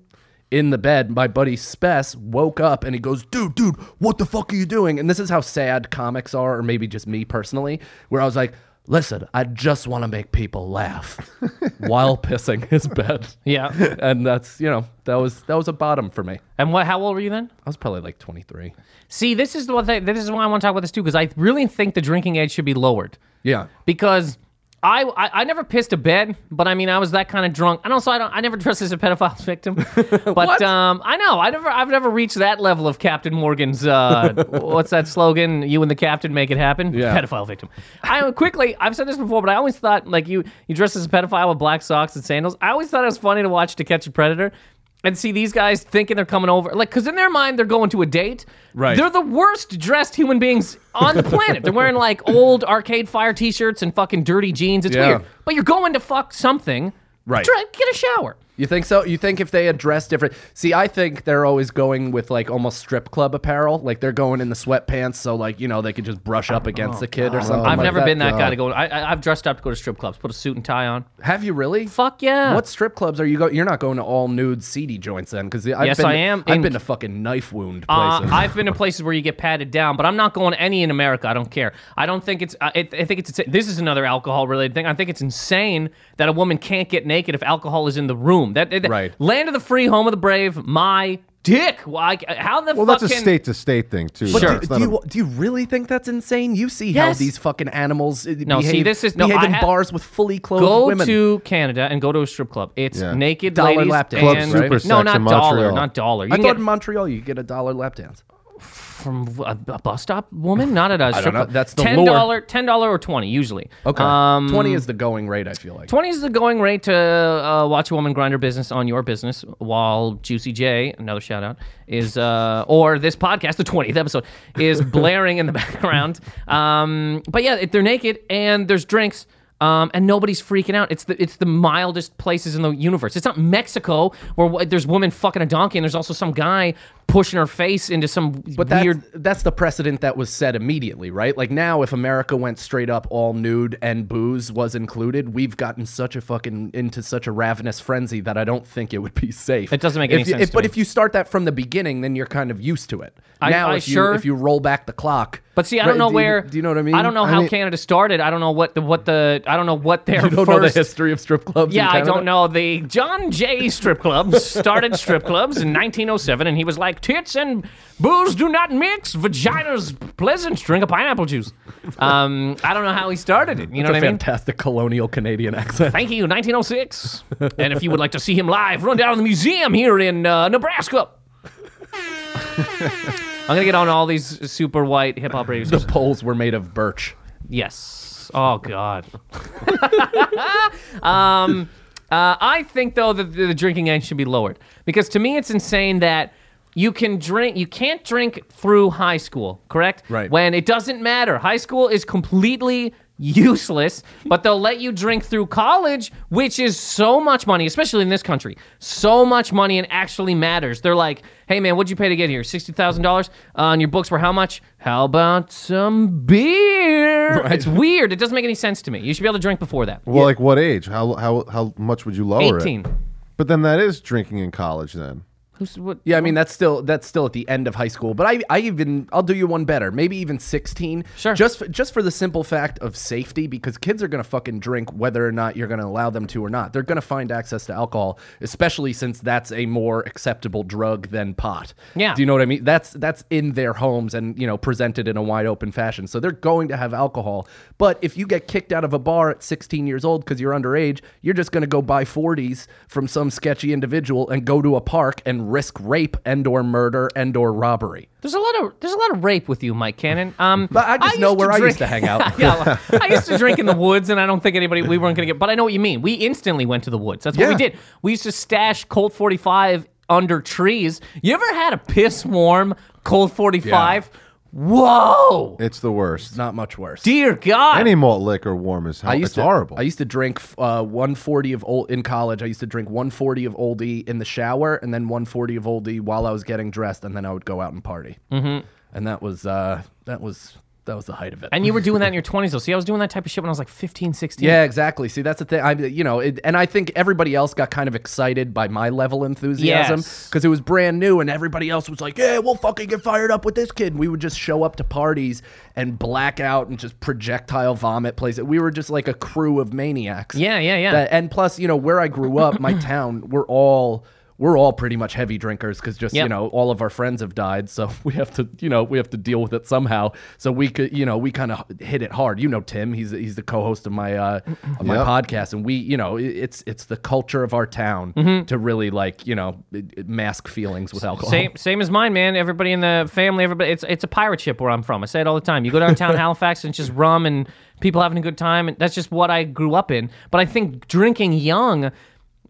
Speaker 4: in the bed. My buddy Spess woke up and he goes, Dude, dude, what the fuck are you doing? And this is how sad comics are, or maybe just me personally, where I was like, Listen, I just want to make people laugh while pissing his bed.
Speaker 2: yeah.
Speaker 4: And that's, you know, that was that was a bottom for me.
Speaker 2: And what? How old were you then?
Speaker 4: I was probably like 23.
Speaker 2: See, this is the one thing. This is why I want to talk about this too, because I really think the drinking age should be lowered.
Speaker 4: Yeah.
Speaker 2: Because I, I I never pissed a bed, but I mean I was that kind of drunk. And also I don't I never dressed as a pedophile victim. But um I know I never I've never reached that level of Captain Morgan's uh what's that slogan? You and the captain make it happen.
Speaker 4: Yeah.
Speaker 2: Pedophile victim. I quickly I've said this before, but I always thought like you you dress as a pedophile with black socks and sandals. I always thought it was funny to watch To Catch a Predator. And see these guys thinking they're coming over, like, because in their mind they're going to a date.
Speaker 4: Right.
Speaker 2: They're the worst dressed human beings on the planet. They're wearing like old Arcade Fire t-shirts and fucking dirty jeans. It's
Speaker 4: Yeah.
Speaker 2: weird. But you're going to fuck something.
Speaker 4: Right.
Speaker 2: Dre- get a shower.
Speaker 4: You think so? You think if they address different? See, I think they're always going with like almost strip club apparel. Like they're going in the sweatpants, so like you know they could just brush up against the kid or something.
Speaker 2: Oh, I've
Speaker 4: like
Speaker 2: never
Speaker 4: that.
Speaker 2: been that guy to go. I, I, I've dressed up to go to strip clubs. Put a suit and tie on.
Speaker 4: Have you really?
Speaker 2: Fuck yeah.
Speaker 4: What strip clubs are you going? You're not going to all nude seedy joints then? Because
Speaker 2: Yes,
Speaker 4: been,
Speaker 2: I am.
Speaker 4: I've
Speaker 2: In-
Speaker 4: been to fucking knife wound
Speaker 2: Uh,
Speaker 4: places.
Speaker 2: I've been to places where you get patted down, but I'm not going to any in America. I don't care. I don't think it's. I, I think it's. This is another alcohol-related thing. I think it's insane that a woman can't get naked if alcohol is in the room. That, that-
Speaker 4: Right.
Speaker 2: Land of the free, home of the brave. My dick. Why? How the
Speaker 3: Well,
Speaker 2: fuck
Speaker 3: that's a
Speaker 2: can-
Speaker 3: state to state thing too.
Speaker 2: Sure.
Speaker 3: It's
Speaker 4: Do
Speaker 3: not a-
Speaker 4: you, do you really think that's insane? You see how
Speaker 2: Yes.
Speaker 4: these fucking animals uh,
Speaker 2: No,
Speaker 4: behave,
Speaker 2: see, this is- no,
Speaker 4: behave
Speaker 2: I
Speaker 4: in
Speaker 2: ha-
Speaker 4: bars with fully clothed
Speaker 2: Go
Speaker 4: women.
Speaker 2: to Canada and go to a strip club. It's
Speaker 3: Yeah.
Speaker 2: naked
Speaker 4: Dollar
Speaker 2: ladies
Speaker 4: lap dance,
Speaker 2: and
Speaker 4: Club Super
Speaker 2: no,
Speaker 3: Sex
Speaker 2: not
Speaker 3: in
Speaker 2: dollar,
Speaker 3: Montreal.
Speaker 2: not dollar. You
Speaker 4: I
Speaker 2: can
Speaker 4: thought
Speaker 2: get
Speaker 4: in Montreal you get a dollar lap dance.
Speaker 2: from a, a bus stop woman, not at a strip
Speaker 4: know.
Speaker 2: club.
Speaker 4: That's the
Speaker 2: ten dollar, ten dollar or twenty usually.
Speaker 4: Okay,
Speaker 2: Um,
Speaker 4: twenty is the going rate. I feel like.
Speaker 2: 20 is the going rate to uh, watch a woman grind her business on your business while Juicy J, another shout out, is, uh, or this podcast, the 20th episode, is blaring in the background. Um, but yeah, it- they're naked and there's drinks. Um, and nobody's freaking out. It's the it's the mildest places in the universe. It's not Mexico where w- there's women fucking a donkey and there's also some guy pushing her face into some
Speaker 4: But that's,
Speaker 2: weird.
Speaker 4: that's the precedent that was set immediately, right? Like now, if America went straight up all nude and booze was included, we've gotten such a fucking into such a ravenous frenzy that I don't think it would be safe.
Speaker 2: It doesn't make
Speaker 4: If
Speaker 2: any
Speaker 4: you-
Speaker 2: sense
Speaker 4: if-
Speaker 2: to
Speaker 4: but
Speaker 2: me.
Speaker 4: if you start that from the beginning, then you're kind of used to it.
Speaker 2: I-
Speaker 4: now,
Speaker 2: I
Speaker 4: if
Speaker 2: sure-
Speaker 4: you if you roll back the clock,
Speaker 2: But see, I
Speaker 4: right,
Speaker 2: don't know
Speaker 4: do you-
Speaker 2: where.
Speaker 4: do you know what I mean?
Speaker 2: I don't know
Speaker 4: I
Speaker 2: how
Speaker 4: mean-
Speaker 2: Canada started. I don't know what the what the I don't know what their
Speaker 4: You don't
Speaker 2: first
Speaker 4: know the history of strip clubs. in
Speaker 2: Yeah, I don't
Speaker 4: Canada?
Speaker 2: know. The John Jay strip club started strip clubs in 1907, and he was like, "Tits and booze do not mix. Vaginas pleasant. Drink a pineapple juice." Um, I don't know how he started it. You know
Speaker 4: It's a
Speaker 2: what I mean?
Speaker 4: fantastic colonial Canadian accent.
Speaker 2: Thank you, 1906. and if you would like to see him live, run down to the museum here in uh, Nebraska. I'm gonna get on all these super white hip hop radio
Speaker 4: the
Speaker 2: stations.
Speaker 4: poles were made of birch.
Speaker 2: Yes. Oh God. um, uh, I think though that the, the drinking age should be lowered because to me it's insane that you can drink. You can't drink through high school, correct?
Speaker 4: Right.
Speaker 2: When it doesn't matter, high school is completely useless. But they'll let you drink through college, which is so much money, especially in this country. So much money and actually matters. They're like, hey man, what'd you pay to get here? Sixty thousand dollars. Uh, On your books were how much? How about some beer? It's weird. It doesn't make any sense to me. You should be able to drink before that.
Speaker 3: well, like what age? How how how much would you lower it?
Speaker 2: Eighteen.
Speaker 3: But then that is drinking in college. Then
Speaker 2: Who's what?
Speaker 4: Yeah, I mean that's still that's still at the end of high school, but I I even I'll do you one better, maybe even sixteen.
Speaker 2: Sure.
Speaker 4: Just f- just for the simple fact of safety, because kids are gonna fucking drink whether or not you're gonna allow them to or not. They're gonna find access to alcohol, especially since that's a more acceptable drug than pot.
Speaker 2: Yeah.
Speaker 4: Do you know what I mean? That's that's in their homes and you know presented in a wide open fashion, so they're going to have alcohol. But if you get kicked out of a bar at sixteen years old because you're underage, you're just gonna go buy forties from some sketchy individual and go to a park and risk rape and or murder and or robbery.
Speaker 2: There's a lot of there's a lot of rape with you, Mike Cannon. Um,
Speaker 4: But I just know where I
Speaker 2: drink-
Speaker 4: used to hang out.
Speaker 2: yeah, well, I used to drink in the woods, and I don't think anybody we weren't gonna get. But I know what you mean. We instantly went to the woods. That's what we
Speaker 4: Yeah.
Speaker 2: did. We used to stash Colt 45 under trees. You ever had a piss warm Colt 45? Whoa,
Speaker 3: It's the worst.
Speaker 4: Not much worse.
Speaker 2: dear God!
Speaker 3: Any malt liquor warm is hor-
Speaker 4: I used
Speaker 3: it's
Speaker 4: to,
Speaker 3: horrible.
Speaker 4: I used to drink uh, 140 of old in college. I used to drink 140 of oldie in the shower, and then 140 of oldie while I was getting dressed, and then I would go out and party. Mm-hmm. And that was uh, that was that was the height of it.
Speaker 2: and you were doing that in your 20s, though. See, I was doing that type of shit when I was like 15, 16.
Speaker 4: Yeah, exactly. See, that's the thing. I, you know, it, and I think everybody else got kind of excited by my level of enthusiasm
Speaker 2: Yes.
Speaker 4: because it was brand new, and everybody else was like, "Yeah, we'll fucking get fired up with this kid." And we would just show up to parties and black out and just projectile vomit places. We were just like a crew of maniacs.
Speaker 2: Yeah, yeah, yeah.
Speaker 4: That- and plus, you know, where I grew up, my town, we're all. We're all pretty much heavy drinkers because just
Speaker 2: Yep.
Speaker 4: you know all of our friends have died, so we have to you know we have to deal with it somehow. So we could you know we kind of hit it hard. You know Tim, he's he's the co-host of my uh, of my
Speaker 3: Yep.
Speaker 4: podcast, and we you know i- it's it's the culture of our town
Speaker 2: Mm-hmm.
Speaker 4: to really like you know i- mask feelings with alcohol.
Speaker 2: Same, same as mine, man. Everybody in the family, everybody. It's it's a pirate ship where I'm from. I say it all the time. You go downtown Halifax and it's just rum and people having a good time, and that's just what I grew up in. But I think drinking young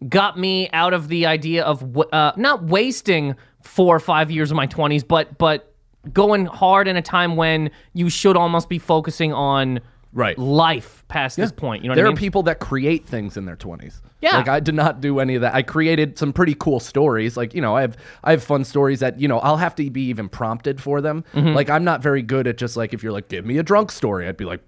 Speaker 2: got me out of the idea of w- uh, not wasting four or five years of my 20s, but but going hard in a time when you should almost be focusing on
Speaker 4: Right.
Speaker 2: life past this point. You know what
Speaker 4: there
Speaker 2: I mean?
Speaker 4: are people that create things in their 20s
Speaker 2: Yeah.
Speaker 4: like i did not do any of that i created some pretty cool stories like you know i have i have fun stories that you know i'll have to be even prompted for them
Speaker 2: Mm-hmm.
Speaker 4: like i'm not very good at just like if you're like give me a drunk story i'd be like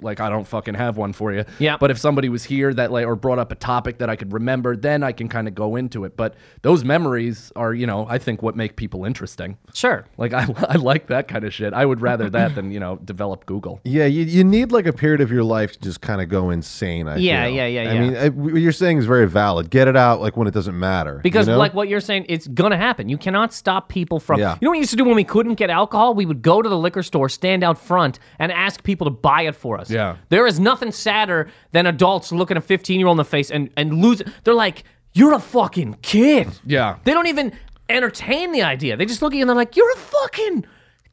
Speaker 4: like i don't fucking have one for you
Speaker 2: Yeah.
Speaker 4: but if somebody was here that like or brought up a topic that i could remember then i can kind of go into it but those memories are you know i think what make people interesting
Speaker 2: sure.
Speaker 4: like I, I like that kind of shit i would rather that than you know develop google
Speaker 3: Yeah, you, you need like a period of your life to just kind of go insane. I
Speaker 2: Yeah,
Speaker 3: feel.
Speaker 2: yeah, yeah,
Speaker 3: I
Speaker 2: yeah.
Speaker 3: mean, I, what you're saying is very valid. Get it out like when it doesn't matter.
Speaker 2: Because
Speaker 3: you know?
Speaker 2: like what you're saying, it's gonna happen. You cannot stop people from.
Speaker 3: Yeah.
Speaker 2: You know what we used to do when we couldn't get alcohol? We would go to the liquor store, stand out front, and ask people to buy it for us.
Speaker 4: Yeah.
Speaker 2: There is nothing sadder than adults looking a 15 year old in the face and and lose. They're like, "You're a fucking kid."
Speaker 4: Yeah.
Speaker 2: They don't even entertain the idea. They just look at you and they're like, "You're a fucking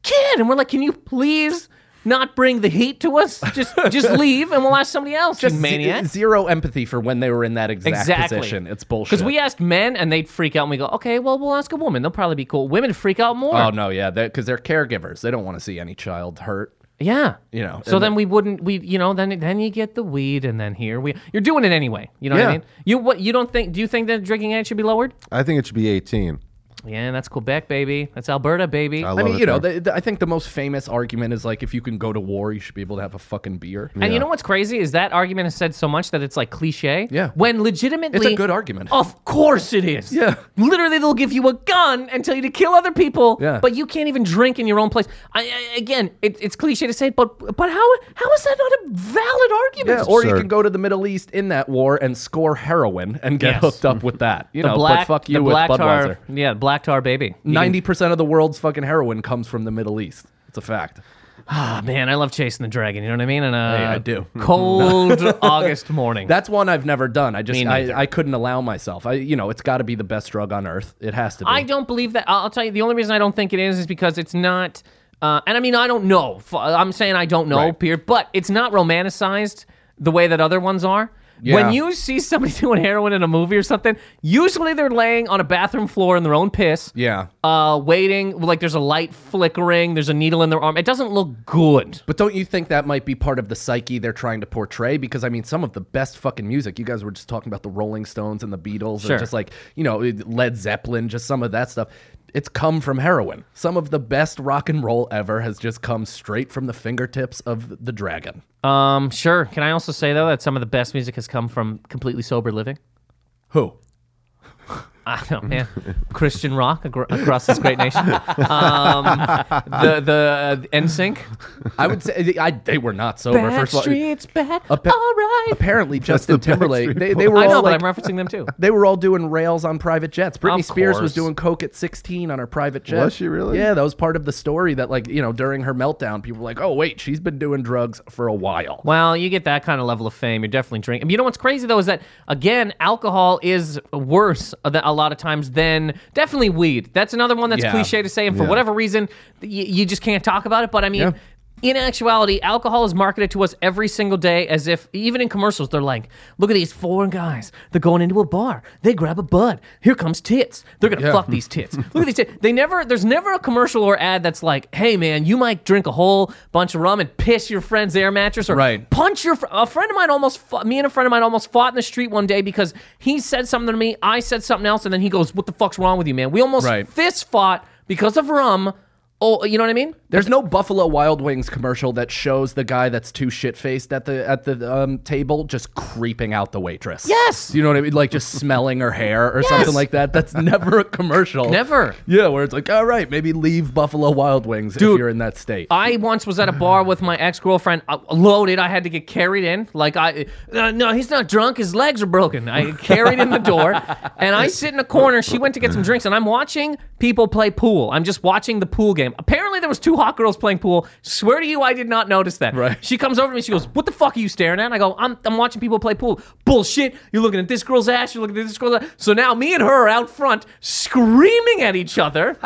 Speaker 2: kid," and we're like, "Can you please?" Not bring the heat to us. Just, just leave, and we'll ask somebody else. you
Speaker 4: Just ze-
Speaker 2: maniac.
Speaker 4: zero empathy for when they were in that exact
Speaker 2: Exactly.
Speaker 4: position. It's bullshit.
Speaker 2: Because we asked men and they'd freak out and we go, okay, well, we'll ask a woman. They'll probably be cool. Women freak out more.
Speaker 4: oh no, yeah, because they're, caregivers. They don't want to see any child hurt.
Speaker 2: yeah.
Speaker 4: You know,
Speaker 2: So
Speaker 4: and
Speaker 2: then we wouldn't, we, you know, then then you get the weed and then here we, you're doing it anyway. You know what I
Speaker 4: Yeah.
Speaker 2: mean? You, what, you don't think, do you think that drinking age should be lowered?
Speaker 3: I think it should be 18.
Speaker 2: Yeah, that's Quebec, baby. That's Alberta, baby.
Speaker 3: I
Speaker 4: I
Speaker 3: love
Speaker 4: mean,
Speaker 3: it
Speaker 4: you know,
Speaker 3: there.
Speaker 4: the, the- I think the most famous argument is like if you can go to war, you should be able to have a fucking beer.
Speaker 2: And you know what's crazy is that argument is said so much that it's like cliche.
Speaker 4: Yeah.
Speaker 2: When legitimately,
Speaker 4: It's a good argument.
Speaker 2: Of course it is.
Speaker 4: Yeah.
Speaker 2: Literally, they'll give you a gun and tell you to kill other people.
Speaker 4: Yeah.
Speaker 2: But you can't even drink in your own place. I, I again, it, it's cliche to say, but but how how is that not a valid argument?
Speaker 4: Yeah, or you
Speaker 3: absurd.
Speaker 4: can go to the Middle East in that war and score heroin and get
Speaker 2: Yes.
Speaker 4: hooked up with that. You
Speaker 2: the
Speaker 4: know,
Speaker 2: black,
Speaker 4: but fuck
Speaker 2: the
Speaker 4: you with
Speaker 2: black
Speaker 4: Budweiser.
Speaker 2: tar, yeah, black tar baby. You
Speaker 4: Ninety percent of the world's fucking heroin comes from the Middle East. It's a fact.
Speaker 2: Ah, man, I love chasing the dragon. You know what I mean? And uh,
Speaker 4: Hey, I do.
Speaker 2: Cold August morning.
Speaker 4: That's one I've never done. I just
Speaker 2: Me neither.
Speaker 4: I, I couldn't allow myself. I you know, it's got to be the best drug on earth. It has to be.
Speaker 2: I don't believe that. I'll I'll tell you. The only reason I don't think it is is because it's not. Uh, and I mean, I don't know. F- I'm saying I don't know,
Speaker 4: Right.
Speaker 2: Pierre, but it's not romanticized the way that other ones are.
Speaker 4: Yeah.
Speaker 2: When you see somebody doing heroin in a movie or something, usually they're laying on a bathroom floor in their own piss.
Speaker 4: Yeah.
Speaker 2: Uh, waiting. Like there's a light flickering. There's a needle in their arm. It doesn't look good.
Speaker 4: But don't you think that might be part of the psyche they're trying to portray? Because I mean, some of the best fucking music. You guys were just talking about the Rolling Stones and the Beatles,
Speaker 2: Sure.
Speaker 4: and just like you know Led Zeppelin, just some of that stuff. It's come from heroin. Some of the best rock and roll ever has just come straight from the fingertips of the dragon.
Speaker 2: Um, sure. Can I also say though that some of the best music has come from completely sober living?
Speaker 4: Who?
Speaker 2: I don't know, Christian rock agro- across this great nation. Um, the the uh, NSYNC.
Speaker 4: I would say they- I, they were not sober. first of all,
Speaker 2: bad.
Speaker 4: appa- apparently Justin Timberlake.
Speaker 3: Backstreet
Speaker 4: They, they were
Speaker 2: I
Speaker 4: all
Speaker 2: know,
Speaker 4: like,
Speaker 2: but I'm referencing them too.
Speaker 4: they were all doing rails on private jets. Britney
Speaker 2: Of
Speaker 4: Spears
Speaker 2: course.
Speaker 4: was doing coke at 16 on her private jet.
Speaker 3: Was she really?
Speaker 4: Yeah, that was part of the story that like, you know, during her meltdown, people were like, "Oh, wait, she's been doing drugs for a while."
Speaker 2: Well, you get that kind of level of fame. You're definitely drinking. You know what's crazy though is that again, alcohol is worse than a lot of times than definitely weed. That's another one that's
Speaker 4: Yeah.
Speaker 2: cliche to say, and for
Speaker 3: Yeah.
Speaker 2: whatever reason, y- you just can't talk about it. But I mean.
Speaker 4: Yeah.
Speaker 2: In actuality, alcohol is marketed to us every single day as if, even in commercials, they're like, look at these foreign guys. They're going into a bar. They grab a bud. Here comes tits. They're going to fuck these tits. look at these tits. They never, there's never a commercial or ad that's like, hey, man, you might drink a whole bunch of rum and piss your friend's air mattress or
Speaker 4: Right.
Speaker 2: punch your fr- a friend of mine almost fought, me and a friend of mine almost fought in the street one day because he said something to me i said something else and then he goes what the fuck's wrong with you man we almost
Speaker 4: Right.
Speaker 2: fist fought because of rum oh you know what i mean
Speaker 4: There's no Buffalo Wild Wings commercial that shows the guy that's too shit faced at the at the um, table just creeping out the waitress.
Speaker 2: Yes!
Speaker 4: you know what I mean, like just smelling her hair or something like that. That's never a commercial.
Speaker 2: Never.
Speaker 4: Yeah, where it's like, all right, maybe leave Buffalo Wild Wings if you're in that state.
Speaker 2: I once was at a bar with my ex girlfriend, loaded. I had to get carried in. Like I, uh, no, he's not drunk. His legs are broken. I get carried in the door, and I sit in a corner. She went to get some drinks, and I'm watching people play pool. I'm just watching the pool game. Apparently, there was two hot girls playing pool. Swear to you, I did not notice that.
Speaker 4: Right.
Speaker 2: She comes over to me. She goes, "What the fuck are you staring at?" And I go, "I'm, I'm watching people play pool. Bullshit. You're looking at this girl's ass. You're looking at this girl's." Ass. So now me and her are out front screaming at each other,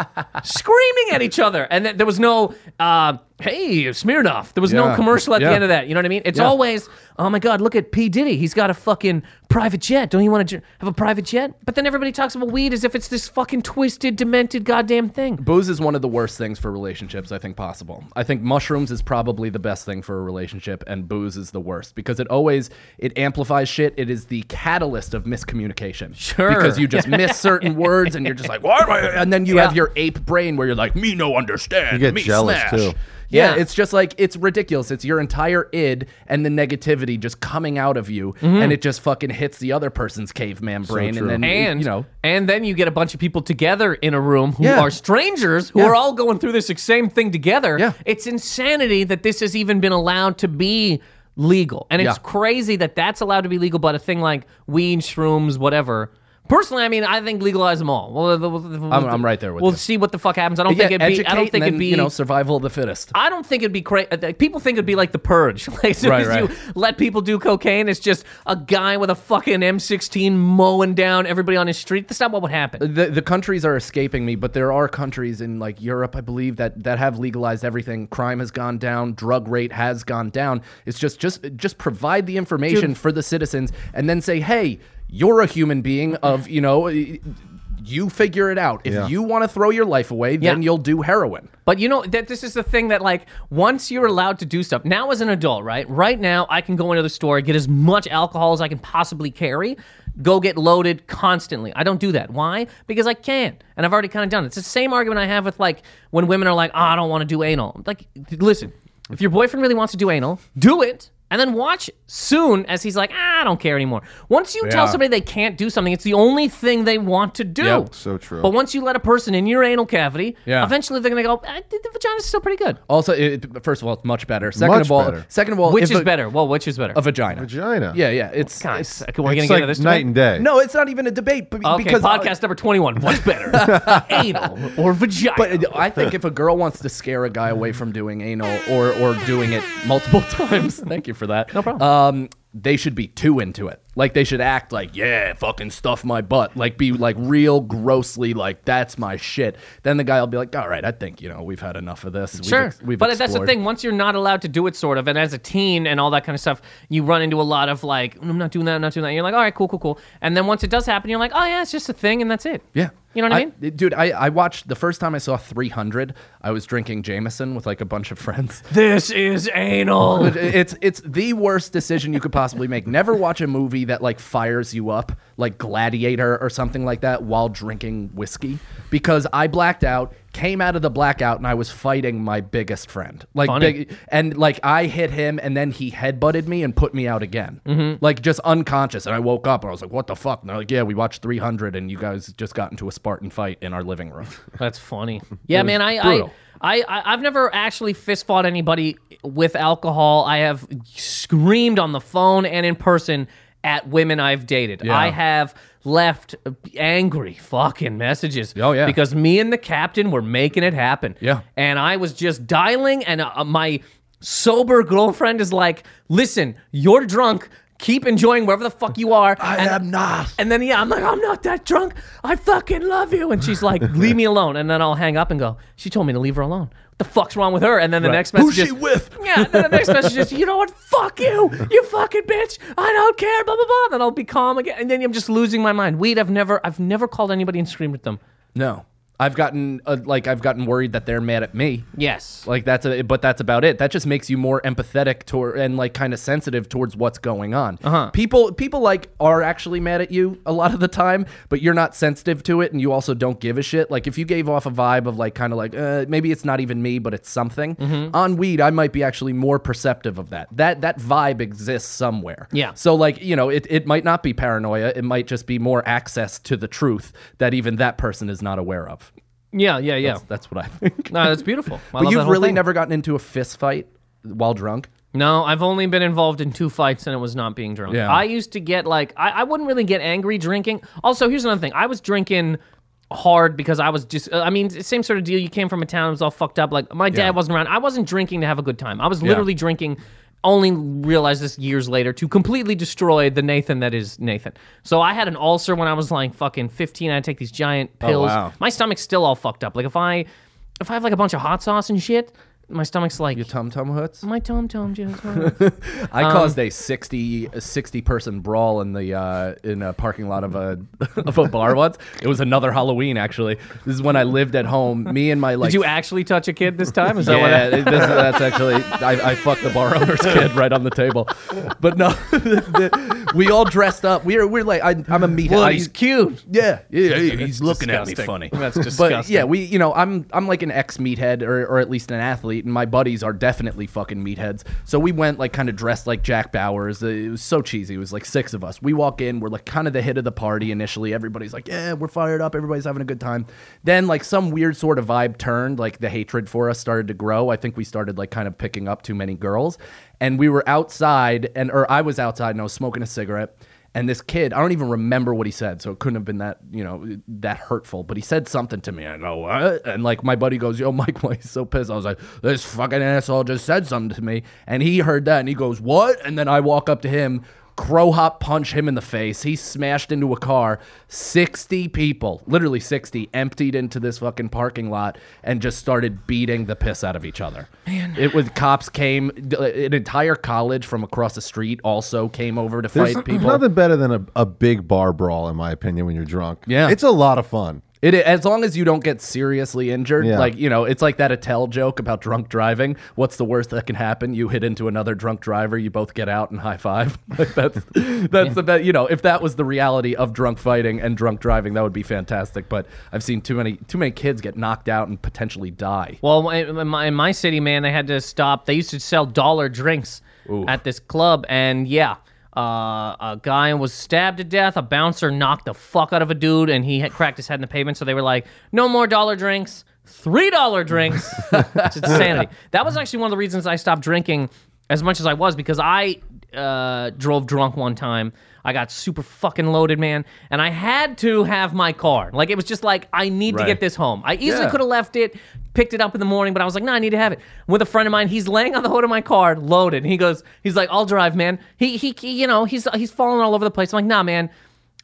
Speaker 2: screaming at each other, and th- there was no. Uh, Hey, Smirnoff. There was no
Speaker 4: Yeah.
Speaker 2: commercial at the
Speaker 4: Yeah.
Speaker 2: end of that. You know what I mean? It's always, oh my God, look at P. Diddy. He's got a fucking private jet. Don't you want to have a private jet? But then everybody talks about weed as if it's this fucking twisted, demented, goddamn thing.
Speaker 4: Booze is one of the worst things for relationships, I think, possible. I think mushrooms is probably the best thing for a relationship, and booze is the worst because it always it amplifies shit. It is the catalyst of miscommunication.
Speaker 2: Sure.
Speaker 4: Because you just miss certain words, and you're just like, "Why?" am I-" And then you
Speaker 2: Yeah.
Speaker 4: have your ape brain where you're like, "Me no understand."
Speaker 3: You get
Speaker 4: me
Speaker 3: jealous,
Speaker 4: slash."
Speaker 3: too.
Speaker 4: Yeah,
Speaker 2: Yeah.
Speaker 4: it's just like it's ridiculous. It's your entire id and the negativity just coming out of you,
Speaker 2: Mm-hmm.
Speaker 4: and it just fucking hits the other person's caveman brain,
Speaker 3: true.
Speaker 4: and then
Speaker 2: and
Speaker 4: you know
Speaker 2: and then you get a bunch of people together in a room who
Speaker 4: Yeah.
Speaker 2: are strangers who
Speaker 4: Yeah.
Speaker 2: are all going through this same thing together
Speaker 4: Yeah.
Speaker 2: it's insanity that this has even been allowed to be legal and it's
Speaker 4: Yeah.
Speaker 2: crazy that that's allowed to be legal but a thing like weed shrooms whatever Personally, I mean, I think legalize them all. Well, the- the-
Speaker 4: I'm- I'm right there with
Speaker 2: We'll
Speaker 4: you.
Speaker 2: see what the fuck happens. I don't think
Speaker 4: Yeah,
Speaker 2: it'd be. I
Speaker 4: educate
Speaker 2: don't
Speaker 4: and
Speaker 2: think it'd
Speaker 4: then,
Speaker 2: be.
Speaker 4: you know survival of the fittest.
Speaker 2: I don't think it'd be crazy. People think it'd be like the purge. Like, as soon
Speaker 4: Right,
Speaker 2: as
Speaker 4: right.
Speaker 2: you let people do cocaine, it's just a guy with a fucking M16 mowing down everybody on his street. That's not what would happen.
Speaker 4: the the countries are escaping me, but there are countries in like Europe, I believe, that that have legalized everything. Crime has gone down, drug rate has gone down. It's just just just provide the information for the citizens, and then say, hey, you're a human being of you know. You figure it out. If
Speaker 3: Yeah.
Speaker 4: you want to throw your life away, then
Speaker 2: Yeah.
Speaker 4: you'll do heroin.
Speaker 2: But you know that this is the thing that like once you're allowed to do stuff now as an adult, right? Right now, I can go into the store, get as much alcohol as I can possibly carry, go get loaded constantly. I don't do that. Why? Because I can, and I've already kind of done it. It's the same argument I have with like when women are like, "Oh, I don't want to do anal." Like, listen, if your boyfriend really wants to do anal, do it. And then watch soon as he's like, ah, I don't care anymore. Once you tell
Speaker 4: Yeah.
Speaker 2: somebody they can't do something, it's the only thing they want to do.
Speaker 4: Yep,
Speaker 3: so true.
Speaker 2: But once you let a person in your anal cavity,
Speaker 4: Yeah.
Speaker 2: eventually they're gonna go. I think the vagina's still pretty good.
Speaker 4: Also, it, first of all, it's much better. Second
Speaker 3: Much
Speaker 4: of all,
Speaker 3: better.
Speaker 4: second of all,
Speaker 2: Which
Speaker 4: if
Speaker 2: is
Speaker 4: a-
Speaker 2: better? Well, which is better?
Speaker 4: A vagina.
Speaker 3: Vagina.
Speaker 4: Yeah, yeah. It's,
Speaker 2: God,
Speaker 4: it's
Speaker 2: we're gonna
Speaker 3: It's
Speaker 2: get
Speaker 3: like
Speaker 2: into this
Speaker 3: night
Speaker 2: debate?
Speaker 3: and day.
Speaker 4: no, it's not even a debate. But
Speaker 2: Okay,
Speaker 4: because uh,
Speaker 2: podcast number twenty-one. What's better, anal or vagina?
Speaker 4: But uh, I think if a girl wants to scare a guy away from doing anal or or doing it multiple times, thank you for that. No
Speaker 2: problem.
Speaker 4: Um, they should be too into it. Like they should act like, yeah, fucking stuff my butt. Like be like real grossly like that's my shit. Then the guy will be like, all right, I think you know we've had enough of this. We've
Speaker 2: Sure,
Speaker 4: ex- we've
Speaker 2: but that's the
Speaker 4: explored."
Speaker 2: thing. Once you're not allowed to do it, sort of, and as a teen and all that kind of stuff, you run into a lot of like, "Mm, I'm not doing that, I'm not doing that. And you're like, all right, cool, cool, cool. And then once it does happen, you're like, oh yeah, it's just a thing, and that's it.
Speaker 4: Yeah.
Speaker 2: you know what I, mean.
Speaker 4: Dude, I, I watched the first time I saw 300, I was drinking Jameson with like a bunch of friends.
Speaker 2: This is anal.
Speaker 4: It's it's the worst decision you could possibly make. Never watch a movie that like fires you up, like Gladiator or something like that, while drinking whiskey. Because I blacked out, came out of the blackout, and I was fighting my biggest friend. Like,
Speaker 2: Funny.
Speaker 4: big, and like I hit him, and then he headbutted me and put me out again, like just unconscious. And I woke up and I was like, "What the fuck?" And they're like, "Yeah, we watched 300, and you guys just got into a Spartan fight in our living room."
Speaker 2: That's funny. Yeah, man. I, I,
Speaker 4: brutal.
Speaker 2: I, I, I've never actually fist fought anybody with alcohol. I have screamed on the phone and in person at women I've dated. I have left angry fucking messages.
Speaker 4: Oh, yeah.
Speaker 2: Because me and the captain were making it happen.
Speaker 4: Yeah.
Speaker 2: And I was just dialing, and uh, my sober girlfriend is like, "Listen, you're drunk." Keep enjoying wherever the fuck you are. I
Speaker 4: am not.
Speaker 2: and then yeah, I'm like, I'm not that drunk. I fucking love you. And she's like, leave me alone. And then I'll hang up and go, she told me to leave her alone. What the fuck's wrong with her? And then the next message
Speaker 4: Who's she
Speaker 2: is-
Speaker 4: with?
Speaker 2: Yeah, and then the next message is, you know what? Fuck you, you fucking bitch. I don't care. Blah blah blah. Then I'll be calm again. And then I'm just losing my mind. Weed. I've never, I've never called anybody and screamed at them.
Speaker 4: No, I've gotten uh, like I've gotten worried that they're mad at me.
Speaker 2: Yes.
Speaker 4: Like that's a, but that's about it. That just makes you more empathetic toward and like kind of sensitive towards what's going on. Uh-huh. People people like are actually mad at you a lot of the time, but you're not sensitive to it, and you also don't give a shit. Like if you gave off a vibe of like kind of like uh, maybe it's not even me, but it's something. On weed, I might be actually more perceptive of that. That that vibe exists somewhere.
Speaker 2: Yeah.
Speaker 4: So like you know, it it might not be paranoia. It might just be more access to the truth that even that person is not aware of.
Speaker 2: yeah, yeah, yeah.
Speaker 4: That's what I think.
Speaker 2: No, that's beautiful. I
Speaker 4: But
Speaker 2: love that
Speaker 4: you've
Speaker 2: whole
Speaker 4: really
Speaker 2: thing.
Speaker 4: never gotten into a fist fight while drunk?
Speaker 2: No, I've only been involved in two fights and it was not being drunk.
Speaker 4: Yeah.
Speaker 2: I used to get like I, I wouldn't really get angry drinking. Also, here's another thing. I was drinking hard because I was just I mean, same sort of deal. You came from a town, it was all fucked up. Like my dad wasn't around. I wasn't drinking to have a good time. I was literally drinking only realized this years later to completely destroy the Nathan that is Nathan. So I had an ulcer when I was like fucking 15. I'd take these giant pills.
Speaker 4: Oh, wow.
Speaker 2: My stomach's still all fucked up. Like if I if I have like a bunch of hot sauce and shit, my stomach's like
Speaker 4: Tum Tum Hoots?
Speaker 2: my tom tom just
Speaker 4: I
Speaker 2: Um,
Speaker 4: caused a 60, a 60 person brawl in the uh, in a parking lot of a of a bar once. It was another Halloween actually. This is when I lived at home. Me and my like
Speaker 2: Did you actually touch a kid this time? Is that what?
Speaker 4: yeah, this, that's actually I, I fucked the bar owner's kid right on the table, but no, we all dressed up. We're we're like I, I'm a meathead. I-
Speaker 2: cute.
Speaker 4: Yeah, yeah, he's looking
Speaker 2: disgusting.
Speaker 4: at me funny.
Speaker 2: That's
Speaker 4: But
Speaker 2: disgusting.
Speaker 4: yeah, we, you know, I'm I'm like an ex meathead or, or at least an athlete, and my buddies are definitely fucking meatheads. So we went like kind of dressed like Jack Bowers. Uh, It was so cheesy. It was like six of us. We walk in, we're like kind of the hit of the party initially. Everybody's like, yeah, we're fired up. Everybody's having a good time. Then like some weird sort of vibe turned. Like the hatred for us started to grow. I think we started like kind of picking up too many girls, and we were outside, and or I was outside and I was smoking a cigarette. And this kid, I don't even remember what he said, so it couldn't have been that, you know, that hurtful. But he said something to me. I go, what? And like my buddy goes, Yo, Mike, why are you so pissed? I was like, This fucking asshole just said something to me. And he heard that and he goes, What? And then I walk up to him, crow hop punch him in the face. He smashed into a car. 60 people, literally 60, emptied into this fucking parking lot and just started beating the piss out of each other. Man. It was cops came, d- an entire college from across the street also came over to
Speaker 3: There's
Speaker 4: fight people.
Speaker 3: nothing better than a, a big bar brawl, in my opinion, when you're drunk.
Speaker 4: Yeah.
Speaker 3: It's a lot of fun.
Speaker 4: It as long as you don't get seriously injured,
Speaker 3: Yeah.
Speaker 4: like you know, it's like that Attell joke about drunk driving. What's the worst that can happen? You hit into another drunk driver, you both get out and high five. Like that's that's the best. You know, if that was the reality of drunk fighting and drunk driving, that would be fantastic. But I've seen too many too many kids get knocked out and potentially die.
Speaker 2: Well, in in my, in my city, man, they had to stop. They used to sell dollar drinks at this club, and yeah, uh, a guy was stabbed to death. A bouncer knocked the fuck out of a dude, and he had cracked his head in the pavement. So they were like, "No more dollar drinks." Three dollar drinks. it's insanity. That was actually one of the reasons I stopped drinking as much as I was because I uh, drove drunk one time. I got super fucking loaded, man, and I had to have my car. Like it was just like I need to
Speaker 4: Right.
Speaker 2: get this home. I easily
Speaker 4: Yeah.
Speaker 2: could have left it, picked it up in the morning, but I was like, no, I need to have it. With a friend of mine, he's laying on the hood of my car, loaded. He goes, he's like, I'll drive, man. He he, he- you know, he's he's falling all over the place. I'm like, nah, man.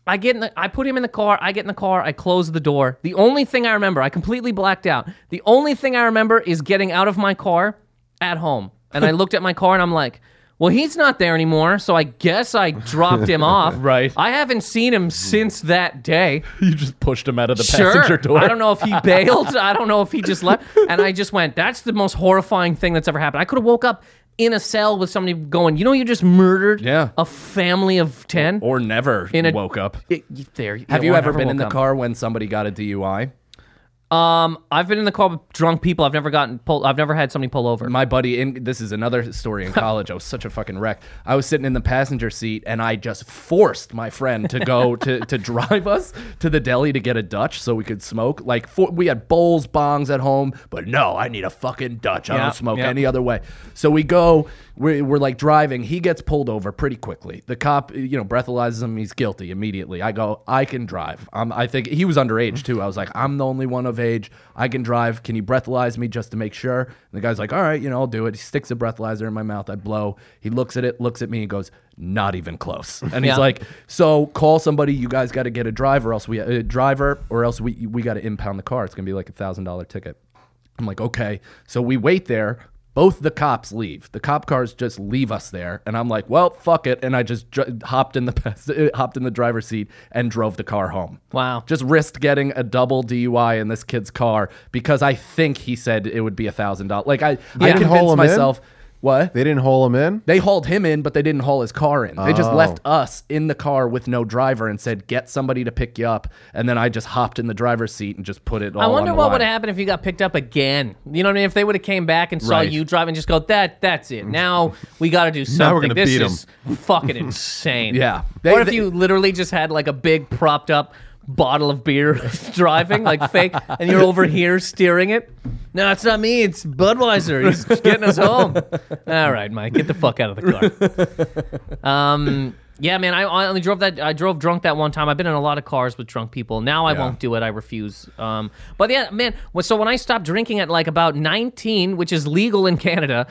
Speaker 2: I get in the, I put him in the car. I get in the car. I close the door. The only thing I remember, I completely blacked out. The only thing I remember is getting out of my car at home. And I looked at my car and I'm like, well, he's not there anymore, so I guess I dropped him off.
Speaker 4: Right.
Speaker 2: I haven't seen him since that day
Speaker 4: You just pushed him out of the
Speaker 2: sure.
Speaker 4: passenger door.
Speaker 2: I don't know if he bailed. I don't know if he just left. And I just went, that's the most horrifying thing that's ever happened. I could have woke up in a cell with somebody going, you know, you just murdered
Speaker 4: Yeah.
Speaker 2: a family of 10?
Speaker 4: or never
Speaker 2: In a-
Speaker 4: woke up.
Speaker 2: It- you- there, yeah,
Speaker 4: Have you
Speaker 2: one
Speaker 4: ever
Speaker 2: never
Speaker 4: been in
Speaker 2: woke
Speaker 4: the
Speaker 2: up.
Speaker 4: car when somebody got a DUI?
Speaker 2: Um, I've been in the car with drunk people. I've never gotten pulled. I've never had somebody pull over.
Speaker 4: My buddy, in this is another story in college. I was such a fucking wreck. I was sitting in the passenger seat and I just forced my friend to go to, to drive us to the deli to get a Dutch so we could smoke. Like, for, we had bowls, bongs at home, but no, I need a fucking Dutch. I
Speaker 2: Yeah,
Speaker 4: don't smoke
Speaker 2: yeah.
Speaker 4: any other way. So we go, we're, we're like driving. He gets pulled over pretty quickly. The cop, you know, breathalyzes him. He's guilty immediately. I go, I can drive. Um, I think he was underage too. I was like, I'm the only one of age. I can drive. Can you breathalyze me just to make sure? And the guy's like, all right, you know, I'll do it. He sticks a breathalyzer in my mouth. I blow. He looks at it, looks at me, and goes, not even close. And
Speaker 2: Yeah.
Speaker 4: he's like, so call somebody. You guys got to get a driver, else we a driver, or else we we got to impound the car. It's gonna be like a thousand dollar ticket. I'm like, okay. So we wait there. Both the cops leave. The cop cars just leave us there, and I'm like, "Well, fuck it," and I just dr- hopped in the pas- hopped in the driver's seat and drove the car home.
Speaker 2: Wow.
Speaker 4: Just risked getting a double DUI in this kid's car because I think he said it would be a thousand dollars. Like I, I
Speaker 2: didn't
Speaker 3: haul
Speaker 4: convinced
Speaker 3: him in?
Speaker 4: myself. What
Speaker 3: They didn't hole him in.
Speaker 4: they hauled him in, but they didn't haul his car in. They just
Speaker 3: Oh.
Speaker 4: left us in the car with no driver and said, "Get somebody to pick you up." And then I just hopped in the driver's seat and just put it. All
Speaker 2: I wonder
Speaker 4: on the
Speaker 2: what
Speaker 4: line.
Speaker 2: would have happened if you got picked up again. You know what I mean? If they would have came back and saw
Speaker 4: Right.
Speaker 2: you drive and just go, that that's it. Now we got to do something.
Speaker 3: we're gonna
Speaker 2: this
Speaker 3: beat 'em."
Speaker 2: is fucking insane.
Speaker 4: Yeah.
Speaker 2: or
Speaker 4: They-
Speaker 2: if
Speaker 4: they-
Speaker 2: you literally just had like a big propped up bottle of beer driving, like fake, and you're over here steering it. No, it's not me. It's Budweiser. He's getting us home. All right, Mike, get the fuck out of the car. Um. Yeah, man, I I only drove that. I drove drunk that one time. I've been in a lot of cars with drunk people. Now I won't do it. I refuse. Um, but yeah, man. well, So when I stopped drinking at like about 19, which is legal in Canada,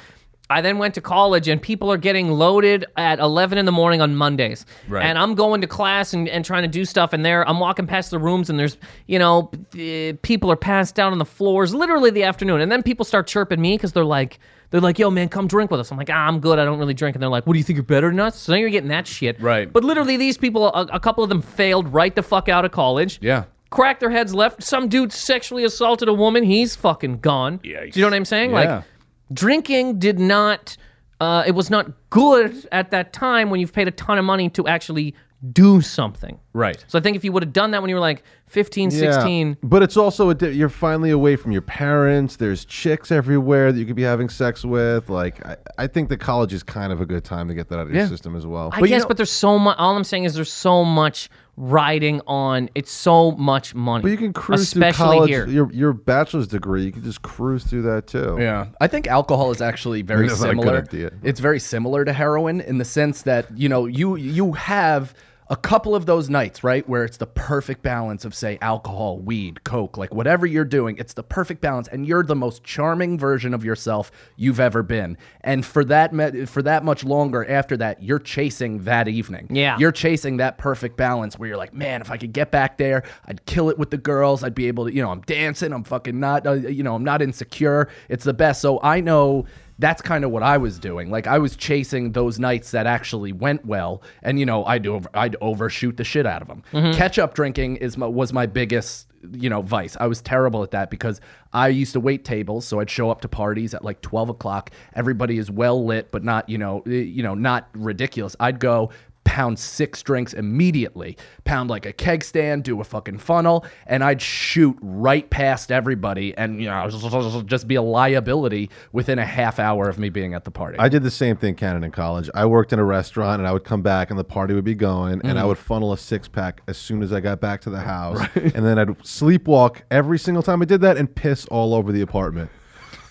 Speaker 2: I then went to college, and people are getting loaded at 11 in the morning on Mondays.
Speaker 4: Right.
Speaker 2: And I'm going to class and, and trying to do stuff, and there I'm walking past the rooms, and there's you know uh, people are passed out on the floors, literally the afternoon, and then people start chirping me because they're like. They're like, yo, man, come drink with us. I'm like, ah, I'm good. I don't really drink. And they're like, what do you think? You're better than us? So now you're getting that shit.
Speaker 4: Right.
Speaker 2: But literally, these people, a, a couple of them failed right the fuck out of college.
Speaker 4: Yeah.
Speaker 2: Cracked their heads left. Some dude sexually assaulted a woman. He's fucking gone. Yeah. Do you know what I'm saying?
Speaker 4: Yeah.
Speaker 2: Like, drinking did not, uh, it was not good at that time when you've paid a ton of money to actually do something.
Speaker 4: Right.
Speaker 2: So I think if you would have done that when you were like 15, 16,
Speaker 3: But it's also a di- you're finally away from your parents. There's chicks everywhere that you could be having sex with. Like I, I think the college is kind of a good time to get that out of your
Speaker 4: Yeah.
Speaker 3: system as well.
Speaker 2: I guess, but there's so much. All I'm saying is there's so much riding on. It's so much money.
Speaker 3: but you can cruise
Speaker 2: especially
Speaker 3: through college.
Speaker 2: here.
Speaker 3: Your your bachelor's degree, you can just cruise through that too.
Speaker 4: Yeah, I think alcohol is actually very
Speaker 3: That's not a good
Speaker 4: similar.
Speaker 3: idea.
Speaker 4: It's very similar to heroin in the sense that you know you you have a couple of those nights right where it's the perfect balance of say alcohol, weed, coke, like whatever you're doing, it's the perfect balance, and you're the most charming version of yourself you've ever been. And for that me- for that much longer after that, you're chasing that evening.
Speaker 2: Yeah.
Speaker 4: you're chasing that perfect balance where you're like, man, if I could get back there, I'd kill it with the girls. I'd be able to, you know, I'm dancing. I'm fucking not, uh, you know, I'm not insecure. It's the best. So I know that's kind of what I was doing. Like I was chasing those nights that actually went well, and you know, I'd over, I'd overshoot the shit out of them. Catch up drinking is my, was my biggest you know, vice. I was terrible at that because I used to wait tables, so I'd show up to parties at like twelve o'clock. Everybody is well lit, but not you know, eh, you know, not ridiculous. I'd go pound six drinks immediately, pound like a keg stand, do a fucking funnel, and I'd shoot right past everybody, and you know, just be a liability within a half hour of me being at the party.
Speaker 3: I did the same thing, Canada, in college. I worked in a restaurant, and I would come back, and the party would be going,
Speaker 2: Mm.
Speaker 3: and I would funnel a six pack as soon as I got back to the house, and then I'd sleepwalk every single time I did that, and piss all over the apartment.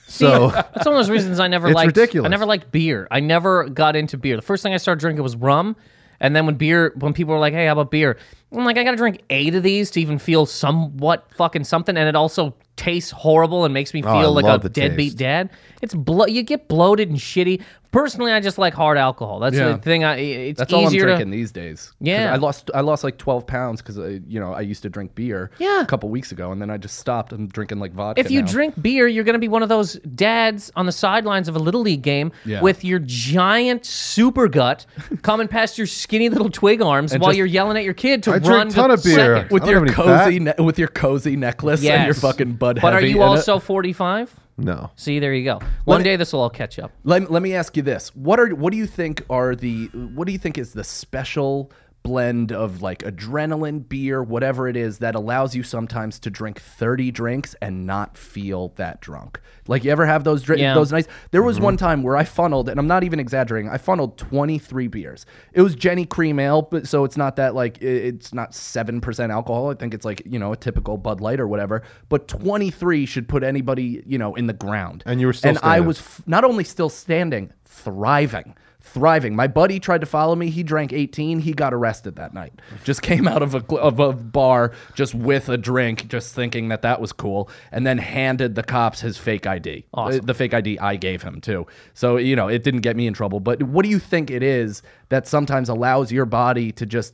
Speaker 3: So
Speaker 2: That's one of those reasons I never
Speaker 3: It's
Speaker 2: liked.
Speaker 3: ridiculous.
Speaker 2: I never liked beer. I never got into beer. The first thing I started drinking was rum, and then when beer, when people were like, "Hey, how about beer?" I'm like, I gotta drink eight of these to even feel somewhat fucking something, and it also tastes horrible and makes me feel
Speaker 3: Oh, I
Speaker 2: like
Speaker 3: love
Speaker 2: a
Speaker 3: the
Speaker 2: deadbeat
Speaker 3: taste.
Speaker 2: dad. It's blo- you get bloated and shitty. Personally, I just like hard alcohol. That's
Speaker 4: Yeah.
Speaker 2: the thing. I it's
Speaker 4: That's all I'm
Speaker 2: easier
Speaker 4: drinking
Speaker 2: to.
Speaker 4: these days. 'Cause
Speaker 2: Yeah.
Speaker 4: I lost I lost like 12 pounds because you know I used to drink beer.
Speaker 2: Yeah.
Speaker 4: a couple weeks ago, and then I just stopped. I'm drinking like vodka.
Speaker 2: If you
Speaker 4: now.
Speaker 2: drink beer, you're going to be one of those dads on the sidelines of a little league game
Speaker 4: Yeah.
Speaker 2: with your giant super gut coming past your skinny little twig arms while
Speaker 4: just-
Speaker 2: you're yelling at your kid to
Speaker 3: I drink
Speaker 2: run
Speaker 3: ton
Speaker 2: to
Speaker 3: of beer.
Speaker 2: second.
Speaker 3: With
Speaker 4: with
Speaker 3: I don't
Speaker 4: your
Speaker 3: have any fat.
Speaker 4: cozy ne- with your cozy necklace and your
Speaker 2: Yes.
Speaker 4: fucking bud.
Speaker 2: But are
Speaker 4: Heavy
Speaker 2: you
Speaker 4: in it.
Speaker 2: also 45?
Speaker 3: No.
Speaker 2: See, there you go. One
Speaker 4: me-
Speaker 2: day this will all catch up.
Speaker 4: Let, let me ask you this: What are what do you think are the what do you think is the special blend of like adrenaline, beer, whatever it is that allows you sometimes to drink 30 drinks and not feel that drunk? Like you ever have those dri-
Speaker 2: Yeah.
Speaker 4: those nights? There was one time where I funneled, and I'm not even exaggerating. I funneled 23 beers. It was Jenny Cream Ale, but so it's not that like i- it's not seven percent alcohol. I think it's like you know a typical Bud Light or whatever. But 23 should put anybody you know in the ground.
Speaker 3: And you were still
Speaker 4: and I
Speaker 3: standing.
Speaker 4: was f- not only still standing, thriving, thriving. My buddy tried to follow me. He drank 18. He got arrested that night. Just came out of a, cl- of a bar just with a drink, just thinking that that was cool, and then handed the cops his fake ID. Uh, The fake ID I gave him, too. So, you know, it didn't get me in trouble. But what do you think it is that sometimes allows your body to just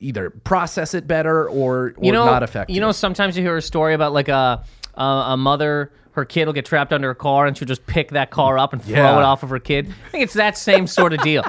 Speaker 4: either process it better or, or
Speaker 2: you know,
Speaker 4: not affect
Speaker 2: You know, sometimes you hear a story about like a a, a mother. Her kid will get trapped under a car, and she'll just pick that car up and throw
Speaker 4: Yeah.
Speaker 2: it off of her kid. I think it's that same sort of deal.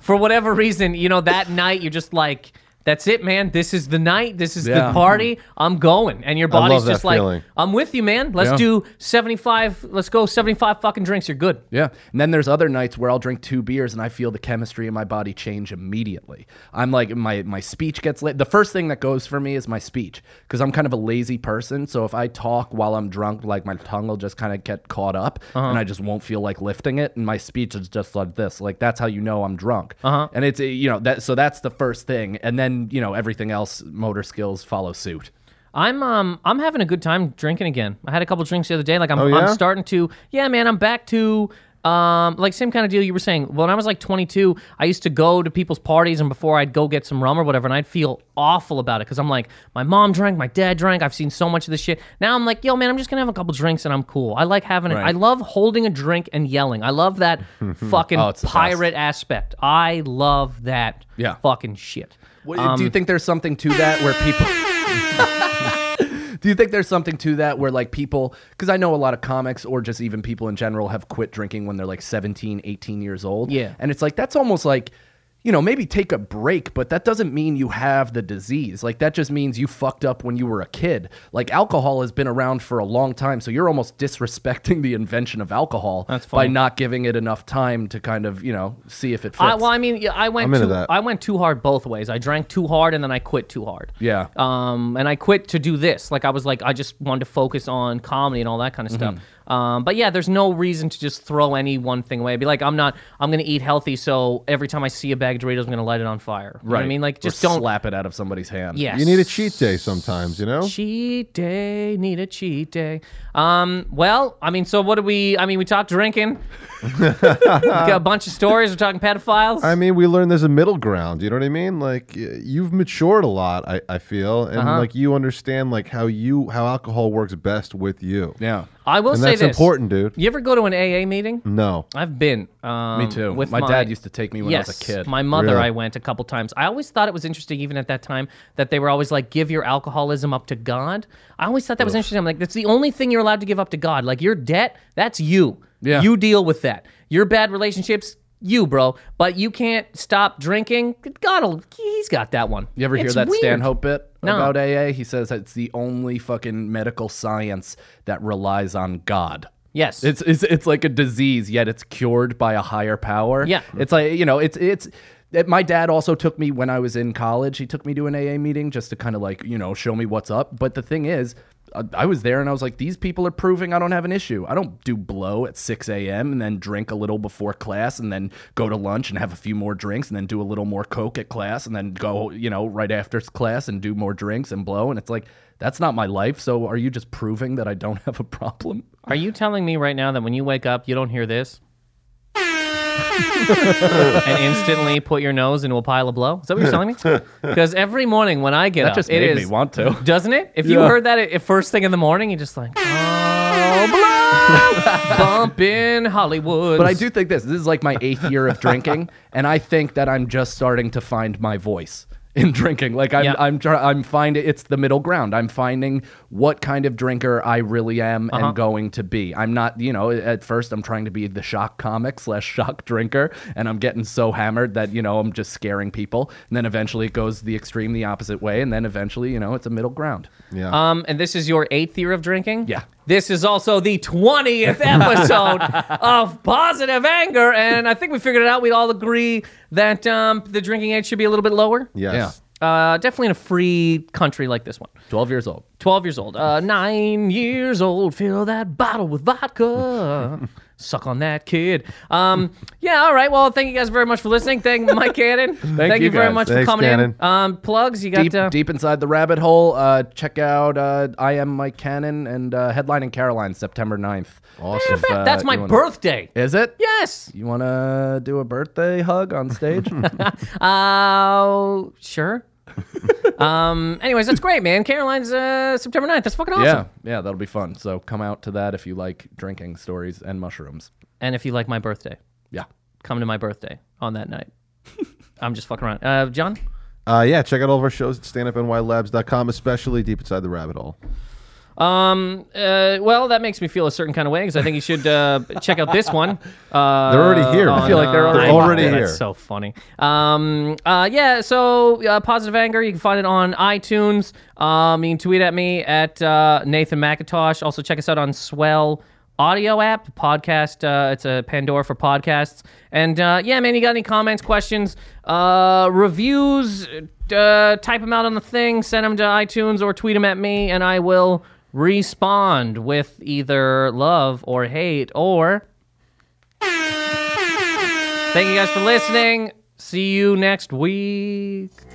Speaker 2: For whatever reason, you know, that night you're just like, "That's it, man. This is the night. This is
Speaker 4: Yeah.
Speaker 2: the party. I'm going." And your
Speaker 3: love
Speaker 2: body's
Speaker 3: that
Speaker 2: just like,
Speaker 3: feeling.
Speaker 2: "I'm with you, man. Let's
Speaker 4: Yeah.
Speaker 2: do 75. Let's go 75 fucking drinks. You're good."
Speaker 4: Yeah. And then there's other nights where I'll drink two beers and I feel the chemistry in my body change immediately. I'm like my my speech gets late. The first thing that goes for me is my speech because I'm kind of a lazy person. So if I talk while I'm drunk, like my tongue will just kind of get caught up and I just won't feel like lifting it and my speech is just like this. Like that's how you know I'm drunk. Uh-huh. And it's uh, you know that so that's the first thing and then, you know, everything else motor skills follow suit.
Speaker 2: I'm um I'm having a good time drinking again. I had a couple drinks the other day. Like I'm
Speaker 3: Oh, yeah?
Speaker 2: I'm starting to yeah man. I'm back to um like same kind of deal you were saying. When I was like 22, I used to go to people's parties and before I'd go get some rum or whatever, and I'd feel awful about it because I'm like my mom drank, my dad drank. I've seen so much of this shit. Now I'm like yo man, I'm just gonna have a couple drinks and I'm cool. I like having it.
Speaker 4: Right.
Speaker 2: I love holding a drink and yelling. I love that fucking
Speaker 4: Oh, it's the best.
Speaker 2: pirate aspect. I love that
Speaker 4: Yeah.
Speaker 2: fucking shit.
Speaker 4: What, do
Speaker 2: Um,
Speaker 4: you think there's something to that where people? do you think there's something to that where like people? Because I know a lot of comics or just even people in general have quit drinking when they're like 17, 18 years old.
Speaker 2: Yeah.
Speaker 4: and it's like that's almost like. You know, maybe take a break, but that doesn't mean you have the disease. Like, that just means you fucked up when you were a kid. Like, alcohol has been around for a long time, so you're almost disrespecting the invention of alcohol
Speaker 2: That's
Speaker 4: by
Speaker 2: funny.
Speaker 4: not giving it enough time to kind of, you know, see if it fits.
Speaker 2: I, well, I mean, yeah, I went
Speaker 3: I'm into
Speaker 2: too,
Speaker 3: that.
Speaker 2: I went too hard both ways. I drank too hard and then I quit too hard.
Speaker 4: Yeah.
Speaker 2: Um, and I quit to do this. Like I was like, I just wanted to focus on comedy and all that kind of stuff.
Speaker 3: Mm-hmm.
Speaker 2: Um, but yeah, there's no reason to just throw any one thing away. Be like, I'm not. I'm gonna eat healthy, so every time I see a bag of Doritos, I'm gonna light it on fire. You know what I mean, like, just
Speaker 4: or
Speaker 2: don't.
Speaker 4: slap it out of somebody's hand.
Speaker 2: Yes.
Speaker 3: You need a cheat day sometimes, you know?
Speaker 2: Cheat day, need a cheat day. Um, well, I mean, so what do we? I mean, we talked drinking. we got a bunch of stories. We're talking pedophiles.
Speaker 3: I mean, we learned there's a middle ground. You know what I mean? Like y- you've matured a lot, I, I feel, and
Speaker 2: Uh-huh.
Speaker 3: like you understand like how you how alcohol works best with you.
Speaker 4: Yeah.
Speaker 2: I will
Speaker 3: and
Speaker 2: say
Speaker 3: that's
Speaker 2: this.
Speaker 3: important, dude.
Speaker 2: You ever go to an AA meeting?
Speaker 3: No,
Speaker 2: I've been. Um,
Speaker 4: Mm. Me too.
Speaker 2: With
Speaker 4: My dad used to take me when I was
Speaker 2: yes,
Speaker 4: a kid.
Speaker 2: My mother,
Speaker 3: Really?
Speaker 2: I went a couple times. I always thought it was interesting, even at that time, that they were always like, "Give your alcoholism up to God." I always thought that was interesting. I'm like, that's the only thing you're allowed to give up to God. Like your debt, that's you.
Speaker 4: Yeah.
Speaker 2: You deal with that. Your bad relationships. You bro, but you can't stop drinking. God'll, he's got that one.
Speaker 4: You ever hear
Speaker 2: It's
Speaker 4: that
Speaker 2: weird.
Speaker 4: Stanhope bit
Speaker 2: No.
Speaker 4: about AA? He says it's the only fucking medical science that relies on God.
Speaker 2: Yes,
Speaker 4: It's, it's it's like a disease, yet it's cured by a higher power.
Speaker 2: Yeah.
Speaker 4: it's like you know, it's it's. It, my dad also took me when I was in college. He took me to an AA meeting just to kind of like you know show me what's up. But the thing is. I- I was there and I was like, these people are proving I don't have an issue. I don't do blow at 6 a.m. and then drink a little before class and then go to lunch and have a few more drinks and then do a little more coke at class and then go, you know, right after class and do more drinks and blow. And it's like, that's not my life. So are you just proving that I don't have a problem?
Speaker 2: Are you telling me right now that when you wake up, you don't hear this? and instantly put your nose into a pile of blow? Is that what you're telling me? Because every morning when I get up,
Speaker 4: just
Speaker 2: it
Speaker 4: made me
Speaker 2: is-
Speaker 4: want to.
Speaker 2: Doesn't it? If you
Speaker 4: Yeah.
Speaker 2: heard that at, at first thing in the morning, you're just like, oh, blow! Bump in Hollywood.
Speaker 4: But I do think this. This is like my eighth year of drinking, and I think that I'm just starting to find my voice in drinking. Like I'm,
Speaker 2: Yeah.
Speaker 4: I'm, try- I'm finding it's the middle ground. I'm finding what kind of drinker I really am and going to be. I'm not, you know, at first I'm trying to be the shock comic slash shock drinker, and I'm getting so hammered that you know I'm just scaring people. And then eventually it goes the extreme, the opposite way, and then eventually you know it's a middle ground.
Speaker 2: Uh,
Speaker 3: yeah.
Speaker 2: Um, and this is your eighth year of drinking?
Speaker 4: Yeah.
Speaker 2: This is also the 20th episode of Positive Anger, and I think we figured it out. We'd all agree that um, the drinking age should be a little bit lower.
Speaker 3: Yes.
Speaker 2: Uh, definitely in a free country like this one.
Speaker 4: 12 years old.
Speaker 2: 12 years old. Uh, nine years old. Fill that bottle with vodka. Suck on that kid. Um, yeah, all right. Well, thank you guys very much for listening. Thank Mike Cannon. thank, you,
Speaker 4: you
Speaker 2: very
Speaker 4: guys.
Speaker 2: much
Speaker 3: Thanks,
Speaker 2: for coming
Speaker 3: Cannon.
Speaker 2: in. Um, plugs, you got
Speaker 4: Deep,
Speaker 2: uh,
Speaker 4: deep inside the rabbit hole, uh, check out uh, I Am Mike Cannon and uh, Headline in Caroline, September 9th.
Speaker 3: Awesome.
Speaker 4: If, uh,
Speaker 2: That's my
Speaker 4: you wanna-
Speaker 2: birthday.
Speaker 4: Is it?
Speaker 2: Yes.
Speaker 4: You want to do a birthday hug on stage?
Speaker 2: Uh, sure. um, anyways, that's great, man. Caroline's uh, September 9th. That's fucking awesome.
Speaker 4: Yeah, yeah, that'll be fun. So come out to that if you like drinking stories and mushrooms.
Speaker 2: And if you like my birthday,
Speaker 4: Yeah.
Speaker 2: come to my birthday on that night. I'm just fucking around. Uh, John?
Speaker 3: Uh, yeah, check out all of our shows at standupnylabs.com, especially Deep Inside the Rabbit Hole.
Speaker 2: Um, uh, well, that makes me feel a certain kind of way because I think you should uh, check out this one. Uh,
Speaker 3: They're already here.
Speaker 2: on,
Speaker 3: I feel like they're
Speaker 2: uh,
Speaker 3: already-
Speaker 2: iMovie.
Speaker 3: already
Speaker 2: That's
Speaker 3: here.
Speaker 2: so funny. Um, uh, yeah. So uh, positive anger. You can find it on iTunes. Um, you can tweet at me at uh, Nathan McIntosh. Also check us out on Swell audio app podcast uh, it's a pandora for podcasts and uh, yeah man you got any comments questions uh, reviews uh, type them out on the thing send them to itunes or tweet them at me and i will respond with either love or hate or Thank you guys for listening. See you next week.